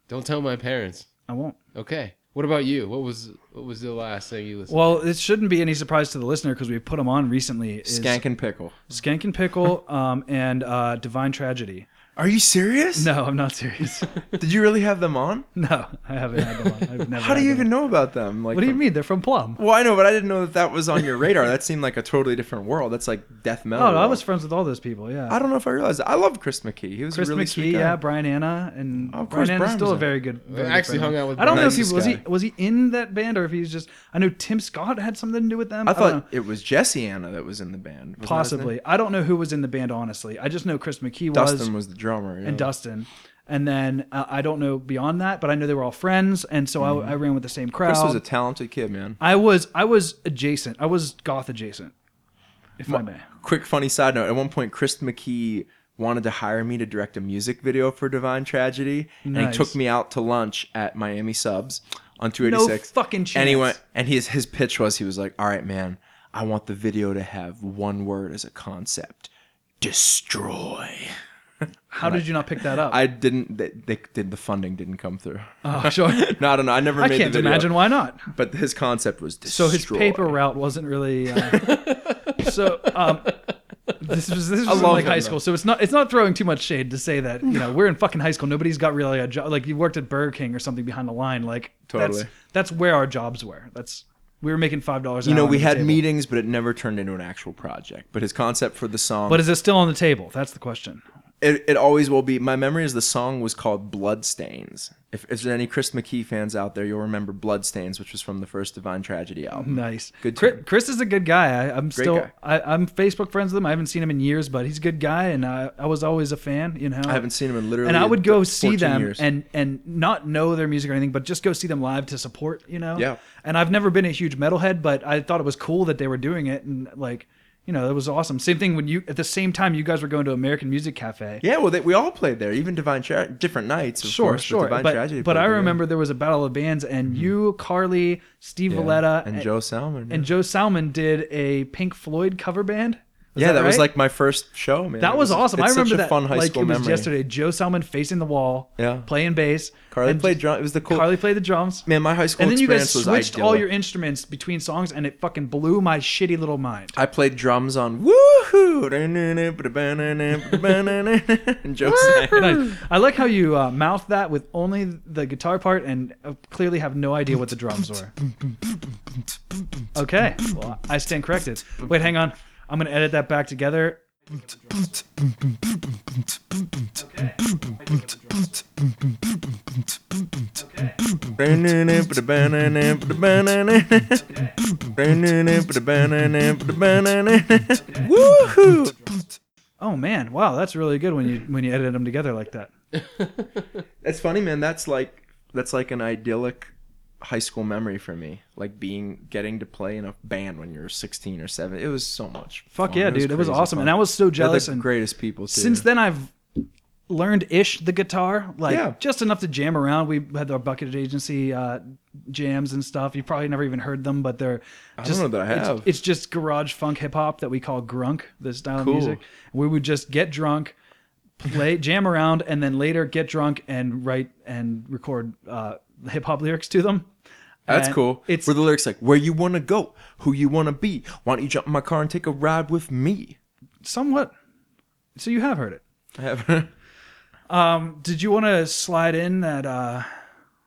[SPEAKER 1] Don't tell my parents.
[SPEAKER 4] I won't.
[SPEAKER 1] Okay. What about you? What was what was the last thing you listened?
[SPEAKER 4] Well, it shouldn't be any surprise to the listener because we put him on recently. Is
[SPEAKER 5] Skank and pickle.
[SPEAKER 4] Skank and Pickle, um, and uh, Divine Tragedy.
[SPEAKER 5] Are you serious?
[SPEAKER 4] No, I'm not serious.
[SPEAKER 5] Did you really have them on?
[SPEAKER 4] no, I haven't had them on. I've never
[SPEAKER 5] How do
[SPEAKER 4] had
[SPEAKER 5] you
[SPEAKER 4] them on.
[SPEAKER 5] even know about them? Like,
[SPEAKER 4] What do you
[SPEAKER 5] from-
[SPEAKER 4] mean? They're from Plum.
[SPEAKER 5] Well, I know, but I didn't know that that was on your radar. That seemed like a totally different world. That's like death metal.
[SPEAKER 4] Oh, no, I
[SPEAKER 5] world.
[SPEAKER 4] was friends with all those people. Yeah.
[SPEAKER 5] I don't know if I realized. That. I love Chris McKee. He was
[SPEAKER 4] Chris
[SPEAKER 5] a really
[SPEAKER 4] McKee,
[SPEAKER 5] sweet guy.
[SPEAKER 4] yeah, Brian Anna, and
[SPEAKER 5] Oh,
[SPEAKER 4] Brian
[SPEAKER 5] of course,
[SPEAKER 4] Anna's
[SPEAKER 5] Brian
[SPEAKER 4] still
[SPEAKER 5] was
[SPEAKER 4] a
[SPEAKER 5] in
[SPEAKER 4] very good. Very good
[SPEAKER 1] actually
[SPEAKER 4] friend.
[SPEAKER 1] hung out with
[SPEAKER 4] I don't know if
[SPEAKER 5] Brian.
[SPEAKER 4] he was he
[SPEAKER 5] Nice guy.
[SPEAKER 4] was he in that band or if he was just. I know Tim Scott had something to do with them.
[SPEAKER 5] I
[SPEAKER 4] don't know.
[SPEAKER 5] thought it was Jesse Anna that was in the band. Wasn't that his
[SPEAKER 4] possibly.
[SPEAKER 5] name?
[SPEAKER 4] I don't know who was in the band honestly. I just know Chris McKee was
[SPEAKER 5] Dustin was the drummer. yeah.
[SPEAKER 4] and Dustin. And then uh, I don't know beyond that, but I know they were all friends, and so I, I ran with the same crowd.
[SPEAKER 5] Mm-hmm. Chris was a talented kid, man.
[SPEAKER 4] I was I was adjacent. I was goth adjacent, if I may.
[SPEAKER 5] quick funny side note at one point chris mckee wanted to hire me to direct a music video for divine tragedy and
[SPEAKER 4] Nice.
[SPEAKER 5] he took me out to lunch at miami subs on
[SPEAKER 4] No
[SPEAKER 5] 286
[SPEAKER 4] fucking chance.
[SPEAKER 5] and he went and his, his pitch was he was like all right man i want the video to have one word as a concept destroy
[SPEAKER 4] How did you not pick that up?
[SPEAKER 5] i didn't they, they did the funding didn't come through
[SPEAKER 4] oh, sure.
[SPEAKER 5] no i don't know i never
[SPEAKER 4] I
[SPEAKER 5] made
[SPEAKER 4] can't
[SPEAKER 5] the video
[SPEAKER 4] imagine why not.
[SPEAKER 5] but his concept was destroy.
[SPEAKER 4] So his paper route wasn't really. Uh, so um, this was this was in,
[SPEAKER 5] love
[SPEAKER 4] like
[SPEAKER 5] him,
[SPEAKER 4] high
[SPEAKER 5] though.
[SPEAKER 4] school. So it's not it's not throwing too much shade to say that you know we're in fucking high school. Nobody's got really a job. Like you worked at Burger King or something behind the line. Like
[SPEAKER 5] Totally.
[SPEAKER 4] That's, that's where our jobs were. That's we were making five dollars.
[SPEAKER 5] you know we had
[SPEAKER 4] table.
[SPEAKER 5] meetings but it never turned into an actual project but his concept for the song
[SPEAKER 4] But is it still on the table? That's the question.
[SPEAKER 5] it, it always will be. My memory is the song was called Bloodstains. If, if there any Chris McKee fans out there, you'll remember Bloodstains, which was from the first Divine Tragedy album.
[SPEAKER 4] Nice.
[SPEAKER 5] Good
[SPEAKER 4] Chris,
[SPEAKER 5] tune.
[SPEAKER 4] Chris is a good guy. I, I'm still
[SPEAKER 5] guy.
[SPEAKER 4] I, I'm Facebook friends with him. I haven't seen him in years, but he's a good guy, and I, I was always a fan. You know,
[SPEAKER 5] I haven't seen him in literally.
[SPEAKER 4] and I would go see
[SPEAKER 5] 14
[SPEAKER 4] them
[SPEAKER 5] years.
[SPEAKER 4] and and not know their music or anything, but just go see them live to support. You know.
[SPEAKER 5] Yeah.
[SPEAKER 4] And I've never been a huge metalhead, but I thought it was cool that they were doing it, and like, you know, that was awesome. Same thing when you at the same time you guys were going to American Music Cafe.
[SPEAKER 5] yeah, well, they, we all played there, even Divine Tra- different nights. Of
[SPEAKER 4] Sure,
[SPEAKER 5] course,
[SPEAKER 4] sure,
[SPEAKER 5] Divine
[SPEAKER 4] but
[SPEAKER 5] Tragedy
[SPEAKER 4] but
[SPEAKER 5] played
[SPEAKER 4] I
[SPEAKER 5] there.
[SPEAKER 4] remember there was a battle of bands, and you, Carly, Steve
[SPEAKER 5] Mm-hmm. Yeah.
[SPEAKER 4] Valletta,
[SPEAKER 5] and, Joe Salmon.
[SPEAKER 4] and Joe Salmon did a Pink Floyd cover band. Was
[SPEAKER 5] yeah, that, was
[SPEAKER 4] right?
[SPEAKER 5] like my first show, man.
[SPEAKER 4] that
[SPEAKER 5] It
[SPEAKER 4] was awesome. I
[SPEAKER 5] it's
[SPEAKER 4] remember
[SPEAKER 5] such a
[SPEAKER 4] that
[SPEAKER 5] fun high
[SPEAKER 4] like
[SPEAKER 5] school
[SPEAKER 4] it was
[SPEAKER 5] memory.
[SPEAKER 4] yesterday. Joe Salmon facing the wall,
[SPEAKER 5] Yeah.
[SPEAKER 4] playing bass.
[SPEAKER 5] Carly
[SPEAKER 4] and
[SPEAKER 5] played drum. It was the cool.
[SPEAKER 4] Carly played the drums.
[SPEAKER 5] man, my high school
[SPEAKER 4] and then you guys
[SPEAKER 5] experience was
[SPEAKER 4] switched
[SPEAKER 5] idyllic.
[SPEAKER 4] all your instruments between songs, and it fucking blew my shitty little mind.
[SPEAKER 5] I played drums on Woohoo! and Joe sang.
[SPEAKER 4] Nice. I like how you uh, mouth that with only the guitar part and uh, clearly have no idea what the drums were. Okay, well, I stand corrected. Wait, hang on. I'm gonna edit that back together.
[SPEAKER 5] Woohoo!
[SPEAKER 4] Oh man, wow, that's really good when you when you edit them together like that.
[SPEAKER 5] That's funny, man. That's like that's like an idyllic high school memory for me. Like being getting to play in a band when you're 16 or 7. It was so much.
[SPEAKER 4] Fuck
[SPEAKER 5] fun.
[SPEAKER 4] yeah, dude, it was
[SPEAKER 5] crazy
[SPEAKER 4] awesome,
[SPEAKER 5] fun.
[SPEAKER 4] and I was so
[SPEAKER 5] They're
[SPEAKER 4] jealous.
[SPEAKER 5] the
[SPEAKER 4] and
[SPEAKER 5] greatest people too.
[SPEAKER 4] since then, I've learned ish the guitar, like
[SPEAKER 5] Yeah.
[SPEAKER 4] just enough to jam around. We had our bucket agency uh, jams and stuff. You probably never even heard them, but they're just
[SPEAKER 5] know that I
[SPEAKER 4] it's-
[SPEAKER 5] have.
[SPEAKER 4] It's, just garage funk hip hop that we call grunk, the style
[SPEAKER 5] Cool.
[SPEAKER 4] of music. We would just get drunk. play, jam around, and then later get drunk and write and record uh, hip hop lyrics to them.
[SPEAKER 5] That's
[SPEAKER 4] And
[SPEAKER 5] cool.
[SPEAKER 4] It's
[SPEAKER 5] where the lyrics like "Where you wanna go, who you wanna be, why don't you jump in my car and take a ride with me?"
[SPEAKER 4] somewhat. So you have heard it.
[SPEAKER 5] I have
[SPEAKER 4] Did you want to slide in that? Uh,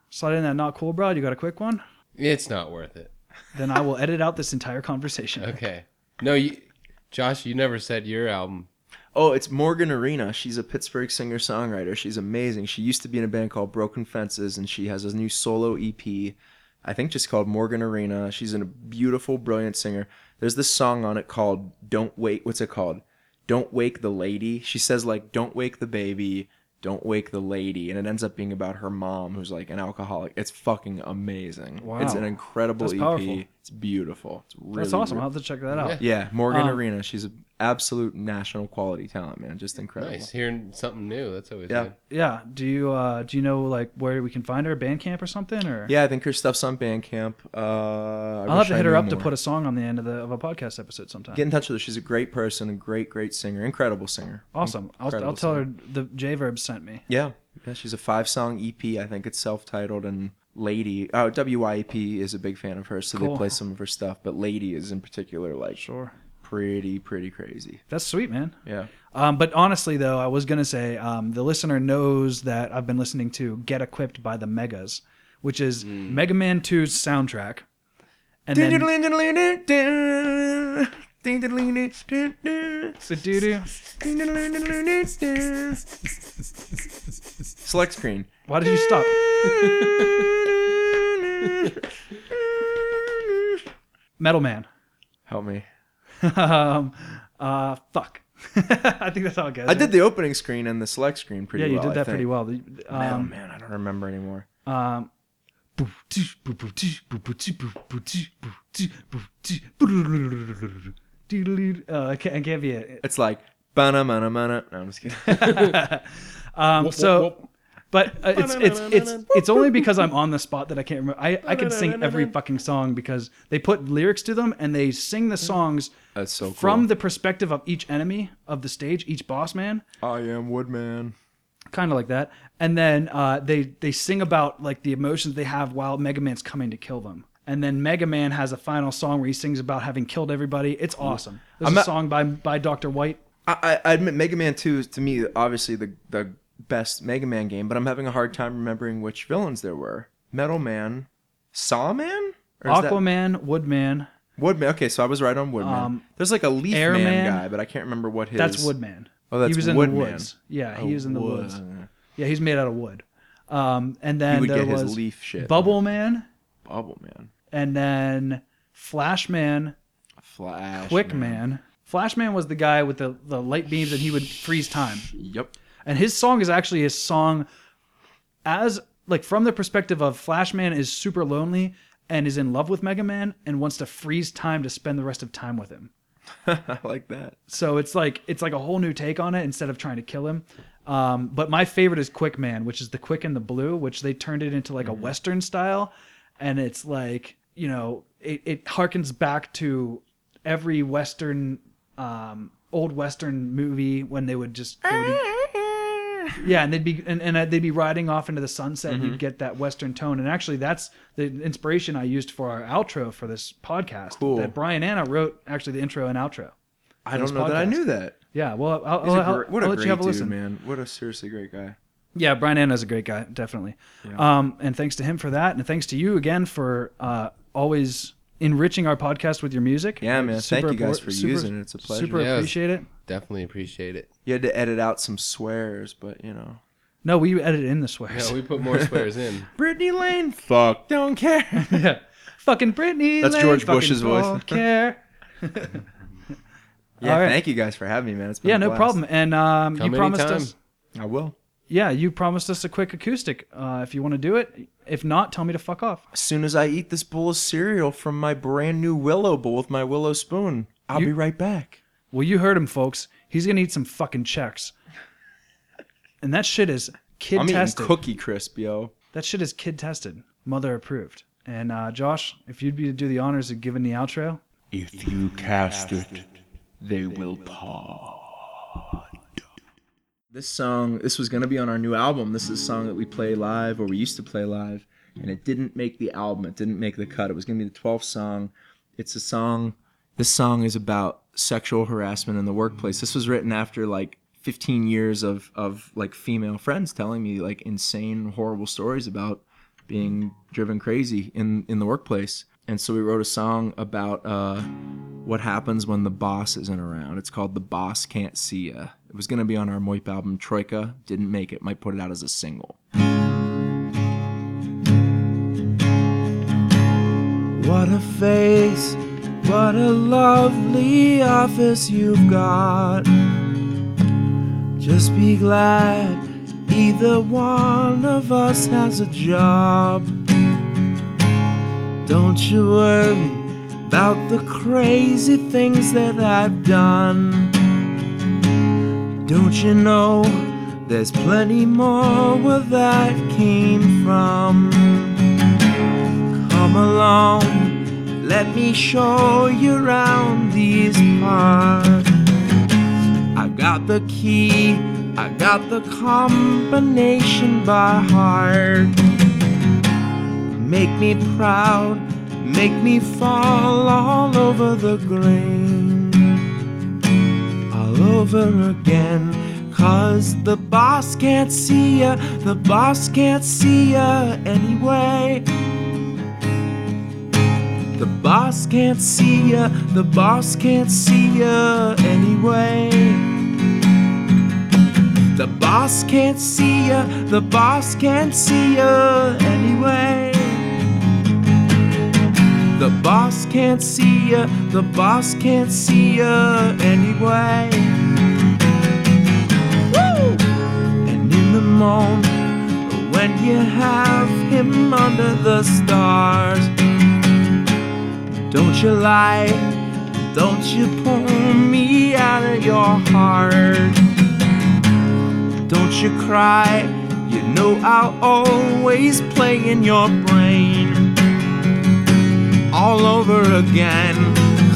[SPEAKER 4] slide in that not cool, bro. You got a quick one?
[SPEAKER 1] It's not worth it.
[SPEAKER 4] Then I will edit out this entire conversation.
[SPEAKER 1] Okay. No, you, Josh, you never said your album.
[SPEAKER 5] Oh, it's Morgan Arena. She's a Pittsburgh singer songwriter. She's amazing. She used to be in a band called Broken Fences, and she has a new solo EP, I think just called Morgan Arena. She's a beautiful, brilliant singer. There's this song on it called Don't Wake. What's it called? Don't Wake the Lady. She says, like, Don't Wake the Baby, Don't Wake the Lady. And it ends up being about her mom, who's like an alcoholic. It's fucking amazing.
[SPEAKER 4] Wow.
[SPEAKER 5] It's an incredible
[SPEAKER 4] That's
[SPEAKER 5] EP.
[SPEAKER 4] powerful.
[SPEAKER 5] It's beautiful. It's really
[SPEAKER 4] That's awesome. I'll have to check that out.
[SPEAKER 5] yeah, Morgan Arena. She's an absolute national quality talent, man. Just incredible.
[SPEAKER 1] Nice. Hearing something new. That's always
[SPEAKER 5] Yeah.
[SPEAKER 1] good.
[SPEAKER 4] Yeah. Do you uh, do you know like where we can find her? Bandcamp or something? Or
[SPEAKER 5] Yeah, I think her stuff's on Bandcamp. Uh, I
[SPEAKER 4] I'll have
[SPEAKER 5] wish
[SPEAKER 4] to
[SPEAKER 5] I
[SPEAKER 4] hit her
[SPEAKER 5] knew
[SPEAKER 4] up to
[SPEAKER 5] more.
[SPEAKER 4] put a song on the end of the of a podcast episode sometime.
[SPEAKER 5] Get in touch with her. She's a great person, a great, great singer, incredible singer.
[SPEAKER 4] awesome. I'll, I'll
[SPEAKER 5] Incredible
[SPEAKER 4] tell her
[SPEAKER 5] singer.
[SPEAKER 4] the J Verb sent me.
[SPEAKER 5] Yeah, yeah. She's a five-song EP. I think it's self-titled and Lady. Oh, WYEP is a big fan of hers, so
[SPEAKER 4] Cool.
[SPEAKER 5] they play some of her stuff. But Lady is in particular like
[SPEAKER 4] Sure.
[SPEAKER 5] pretty, pretty crazy.
[SPEAKER 4] That's sweet, man.
[SPEAKER 5] Yeah.
[SPEAKER 4] Um, but honestly, though, I was gonna say um, the listener knows that I've been listening to "Get Equipped" by the Megas, which is
[SPEAKER 5] Mm.
[SPEAKER 4] Mega Man 2's soundtrack. And then
[SPEAKER 5] Select
[SPEAKER 4] so doo-doo.
[SPEAKER 5] screen.
[SPEAKER 4] Why did you stop? Metal Man.
[SPEAKER 5] Help me.
[SPEAKER 4] um, uh, fuck. I think that's how it goes.
[SPEAKER 5] I did the opening screen and the select screen pretty
[SPEAKER 4] Yeah,
[SPEAKER 5] well.
[SPEAKER 4] you did
[SPEAKER 5] I
[SPEAKER 4] that pretty
[SPEAKER 5] think.
[SPEAKER 4] well. The-
[SPEAKER 5] Oh
[SPEAKER 4] Um,
[SPEAKER 5] man, I don't remember anymore.
[SPEAKER 4] um, uh, I can't, I can't be it.
[SPEAKER 5] It's like bana mana mana. No, I'm just kidding.
[SPEAKER 4] Um, so, but uh, it's it's it's it's only because I'm on the spot that I can't remember. I I can sing every fucking song because they put lyrics to them and they sing the songs
[SPEAKER 5] That's so cool.
[SPEAKER 4] from the perspective of each enemy of the stage, each boss man.
[SPEAKER 5] I am Woodman.
[SPEAKER 4] kind of like that. And then uh, they they sing about like the emotions they have while Mega Man's coming to kill them. And then Mega Man has a final song where he sings about having killed everybody. It's awesome. This is
[SPEAKER 5] I'm
[SPEAKER 4] a
[SPEAKER 5] not-
[SPEAKER 4] song by by Doctor White.
[SPEAKER 5] I, I I admit Mega Man 2 is to me obviously the the best Mega Man game, but I'm having a hard time remembering which villains there were. Metal Man, Saw Man, Or is that-
[SPEAKER 4] Aquaman, Woodman.
[SPEAKER 5] Woodman. Okay, so I was right on Woodman.
[SPEAKER 4] Um,
[SPEAKER 5] There's like a Leaf
[SPEAKER 4] Airman.
[SPEAKER 5] Man guy, but I can't remember what his.
[SPEAKER 4] That's Woodman.
[SPEAKER 5] Oh, that's
[SPEAKER 4] he was in
[SPEAKER 5] Woodman.
[SPEAKER 4] the woods. Yeah, he was in the woods.
[SPEAKER 5] Wood.
[SPEAKER 4] Yeah, he's made out of wood. Um, and then
[SPEAKER 5] He would
[SPEAKER 4] there
[SPEAKER 5] get
[SPEAKER 4] was
[SPEAKER 5] his leaf shit.
[SPEAKER 4] Bubble Man,
[SPEAKER 5] Bubble Man.
[SPEAKER 4] and then Flash Man,
[SPEAKER 5] Flash.
[SPEAKER 4] Quick Man. Flash Man was the guy with the, the light beams, and he would freeze time.
[SPEAKER 5] Yep.
[SPEAKER 4] and his song is actually his song as like from the perspective of flashman is super lonely and is in love with mega man and wants to freeze time to spend the rest of time with him
[SPEAKER 5] I like that.
[SPEAKER 4] so it's like it's like a whole new take on it instead of trying to kill him um, but my favorite is quick man which is the quick and the blue which they turned it into like a western style and it's like you know it, it harkens back to every western um, old western movie when they would just they would- yeah and they'd be and, and uh, they'd be riding off into the sunset and you'd get that western tone and actually that's the inspiration i used for our outro for this podcast
[SPEAKER 5] Cool.
[SPEAKER 4] that brian anna wrote actually the intro and outro
[SPEAKER 5] I
[SPEAKER 4] this
[SPEAKER 5] don't know that I
[SPEAKER 4] podcast.
[SPEAKER 5] knew that.
[SPEAKER 4] yeah, well, I'll,
[SPEAKER 5] He's
[SPEAKER 4] I'll,
[SPEAKER 5] a
[SPEAKER 4] I'll-
[SPEAKER 5] great, what a
[SPEAKER 4] I'll let
[SPEAKER 5] great
[SPEAKER 4] you have a
[SPEAKER 5] dude,
[SPEAKER 4] listen.
[SPEAKER 5] man. What a seriously great guy.
[SPEAKER 4] Yeah, Brian Anna's a great guy, definitely. Um, and thanks to him for that, and thanks to you again for uh, always enriching our podcast with your music.
[SPEAKER 5] Yeah, man. Thank you guys
[SPEAKER 4] appor-
[SPEAKER 5] for using it. It's a pleasure.
[SPEAKER 4] Super
[SPEAKER 1] Yeah.
[SPEAKER 4] appreciate it.
[SPEAKER 1] Definitely appreciate it.
[SPEAKER 5] You had to edit out some swears, but you know.
[SPEAKER 4] No, we edit in the swears.
[SPEAKER 1] Yeah, we put more squares in.
[SPEAKER 5] Brittany Lane. Fuck. Don't care.
[SPEAKER 4] Fucking Britney.
[SPEAKER 5] That's
[SPEAKER 4] Lane,
[SPEAKER 5] George
[SPEAKER 4] fucking
[SPEAKER 5] Bush's voice.
[SPEAKER 4] don't care.
[SPEAKER 5] yeah.
[SPEAKER 4] All right.
[SPEAKER 5] Thank you guys for having me, man. It's been
[SPEAKER 4] Yeah,
[SPEAKER 5] a
[SPEAKER 4] no
[SPEAKER 5] blast.
[SPEAKER 4] problem. And um, you
[SPEAKER 1] Come
[SPEAKER 4] promised
[SPEAKER 1] anytime.
[SPEAKER 4] us.
[SPEAKER 5] I will.
[SPEAKER 4] Yeah, you promised us a quick acoustic. Uh, if you want to do it, if not, tell me to fuck off.
[SPEAKER 5] As soon as I eat this bowl of cereal from my brand new willow bowl with my willow spoon, I'll be right back.
[SPEAKER 4] Well, you heard him, folks. He's gonna eat some fucking checks, and that shit is kid
[SPEAKER 5] I'm
[SPEAKER 4] tested.
[SPEAKER 5] eating cookie crisp, yo.
[SPEAKER 4] that shit is kid tested, mother approved. And uh, Josh, if you'd be to do the honors of giving the outro,
[SPEAKER 8] If you cast it, they will paw.
[SPEAKER 5] This song, this was going to be on our new album. This is a song that we play live, or we used to play live, and it didn't make the album. It didn't make the cut. It was going to be the 12th song. It's a song, this song is about sexual harassment in the workplace. This was written after like 15 years of, of like female friends telling me like insane, horrible stories about being driven crazy in, in the workplace. And so we wrote a song about, uh, what happens when the boss isn't around. It's called The Boss Can't See Ya. It was going to be on our Moip album Troika, didn't make it, might put it out as a single. What a face, what a lovely office you've got. Just be glad either one of us has a job. Don't you worry about the crazy things that I've done. Don't you know there's plenty more where that came from? Come along, let me show you around these parts. I got the key, I got the combination by heart. Make me proud make me fall all over the grain all over again cause the boss can't see ya the boss can't see ya anyway the boss can't see ya the boss can't see ya anyway the boss can't see ya the boss can't see ya anyway the boss can't see ya, the boss can't see ya anyway. Woo! And in the morn, when you have him under the stars, don't you lie, don't you pull me out of your heart. Don't you cry, you know I'll always play in your brain all over again.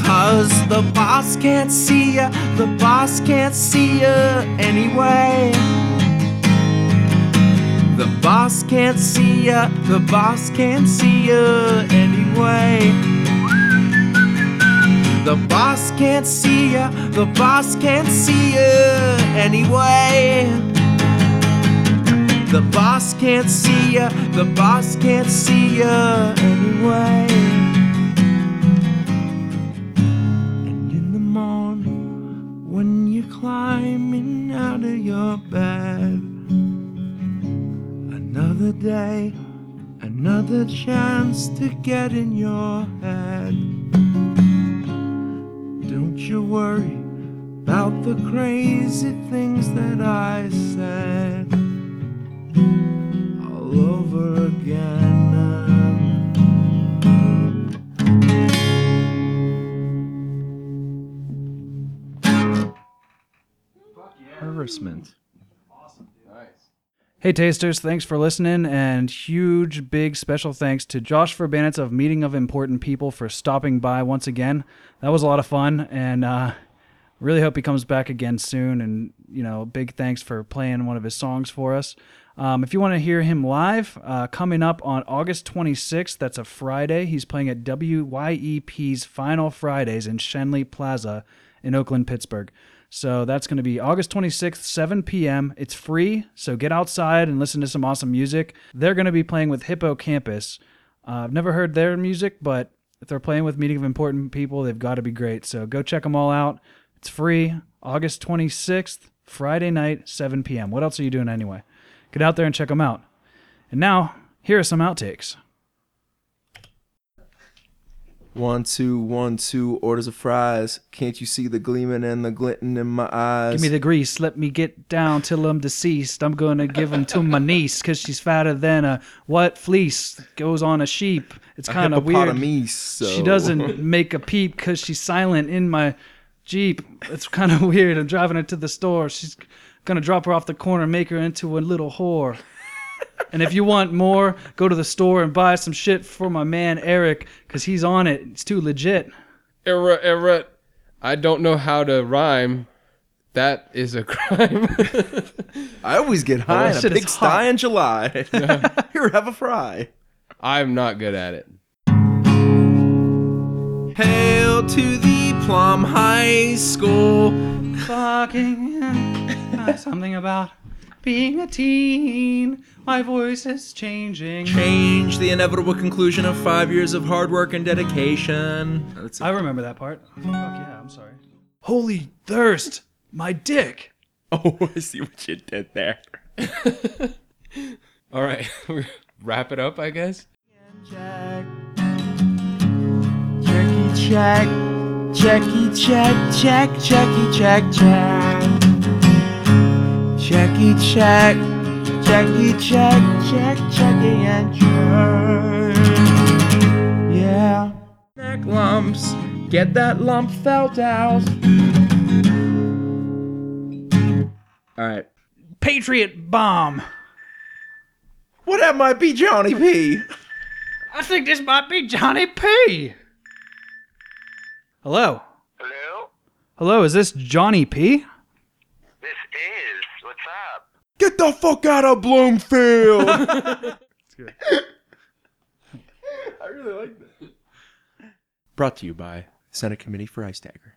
[SPEAKER 5] Cause the boss can't see ya, the boss can't see ya anyway. The boss can't see ya, the boss can't see ya anyway. The boss can't see ya, the boss can't see ya anyway. The boss can't see ya, the boss can't see ya anyway. when you're climbing out of your bed. Another day, another chance to get in your head. Don't you worry about the crazy things that I said all over again. Harassment.
[SPEAKER 4] Hey, Tasters, thanks for listening, and huge, big special thanks to Josh Verbanitz of Meeting of Important People for stopping by once again. That was a lot of fun, and uh, really hope he comes back again soon. And, you know, big thanks for playing one of his songs for us. Um, if you want to hear him live, uh, coming up on August 26th, that's a Friday, he's playing at WYEP's Final Fridays in Shenley Plaza in Oakland, Pittsburgh. So that's going to be August 26th, 7 p.m. It's free, so get outside and listen to some awesome music. They're going to be playing with Hippocampus. Uh, I've never heard their music, but if they're playing with Meeting of Important People, they've got to be great. So go check them all out. It's free, August 26th, Friday night, 7 p.m. What else are you doing anyway? Get out there and check them out. And now, here are some outtakes.
[SPEAKER 5] One, two, one, two, orders of fries. Can't you see the gleaming and the glinting in my eyes?
[SPEAKER 4] Give me the grease, let me get down till I'm deceased. I'm gonna give 'em to my niece, 'cause she's fatter than a what fleece goes on a sheep. It's kind of weird.
[SPEAKER 5] Hippopotamus, so.
[SPEAKER 4] She doesn't make a peep 'cause she's silent in my jeep. It's kind of weird. I'm driving her to the store. She's gonna drop her off the corner, and make her into a little whore. And if you want more, go to the store and buy some shit for my man Eric, 'cause he's on it. It's too legit.
[SPEAKER 1] Era, era. I don't know how to rhyme. That is a crime.
[SPEAKER 5] I always get
[SPEAKER 4] that
[SPEAKER 5] high on a
[SPEAKER 4] shit is
[SPEAKER 5] pig
[SPEAKER 4] hot.
[SPEAKER 5] sty in July. Here, have a fry.
[SPEAKER 1] I'm not good at it.
[SPEAKER 5] Hail to the Plum High School.
[SPEAKER 4] Fucking uh, something about being a teen. My voice is changing.
[SPEAKER 5] Change the inevitable conclusion of five years of hard work and dedication. That's
[SPEAKER 4] I remember that part. Fuck yeah, I'm sorry. Holy thirst, my dick.
[SPEAKER 5] oh, I see what you did there.
[SPEAKER 1] All right, wrap it up, I guess.
[SPEAKER 8] Jackie Jack, Jackie Jack, Jack, Jackie Jack, Jack. Jackie Jack, Jackie Jack, Jack, Jackie and Jack. Yeah. Neck lumps, get that lump felt out.
[SPEAKER 5] All right.
[SPEAKER 6] Patriot bomb.
[SPEAKER 5] Well, that might be Johnny P.
[SPEAKER 6] I think this might be Johnny P.
[SPEAKER 4] Hello,
[SPEAKER 7] Hello?
[SPEAKER 4] hello. Is this Johnny P?
[SPEAKER 7] This is. What's up?
[SPEAKER 5] Get the fuck out of Bloomfield. I really like that. Brought to you by Senate Committee for Ice Dagger.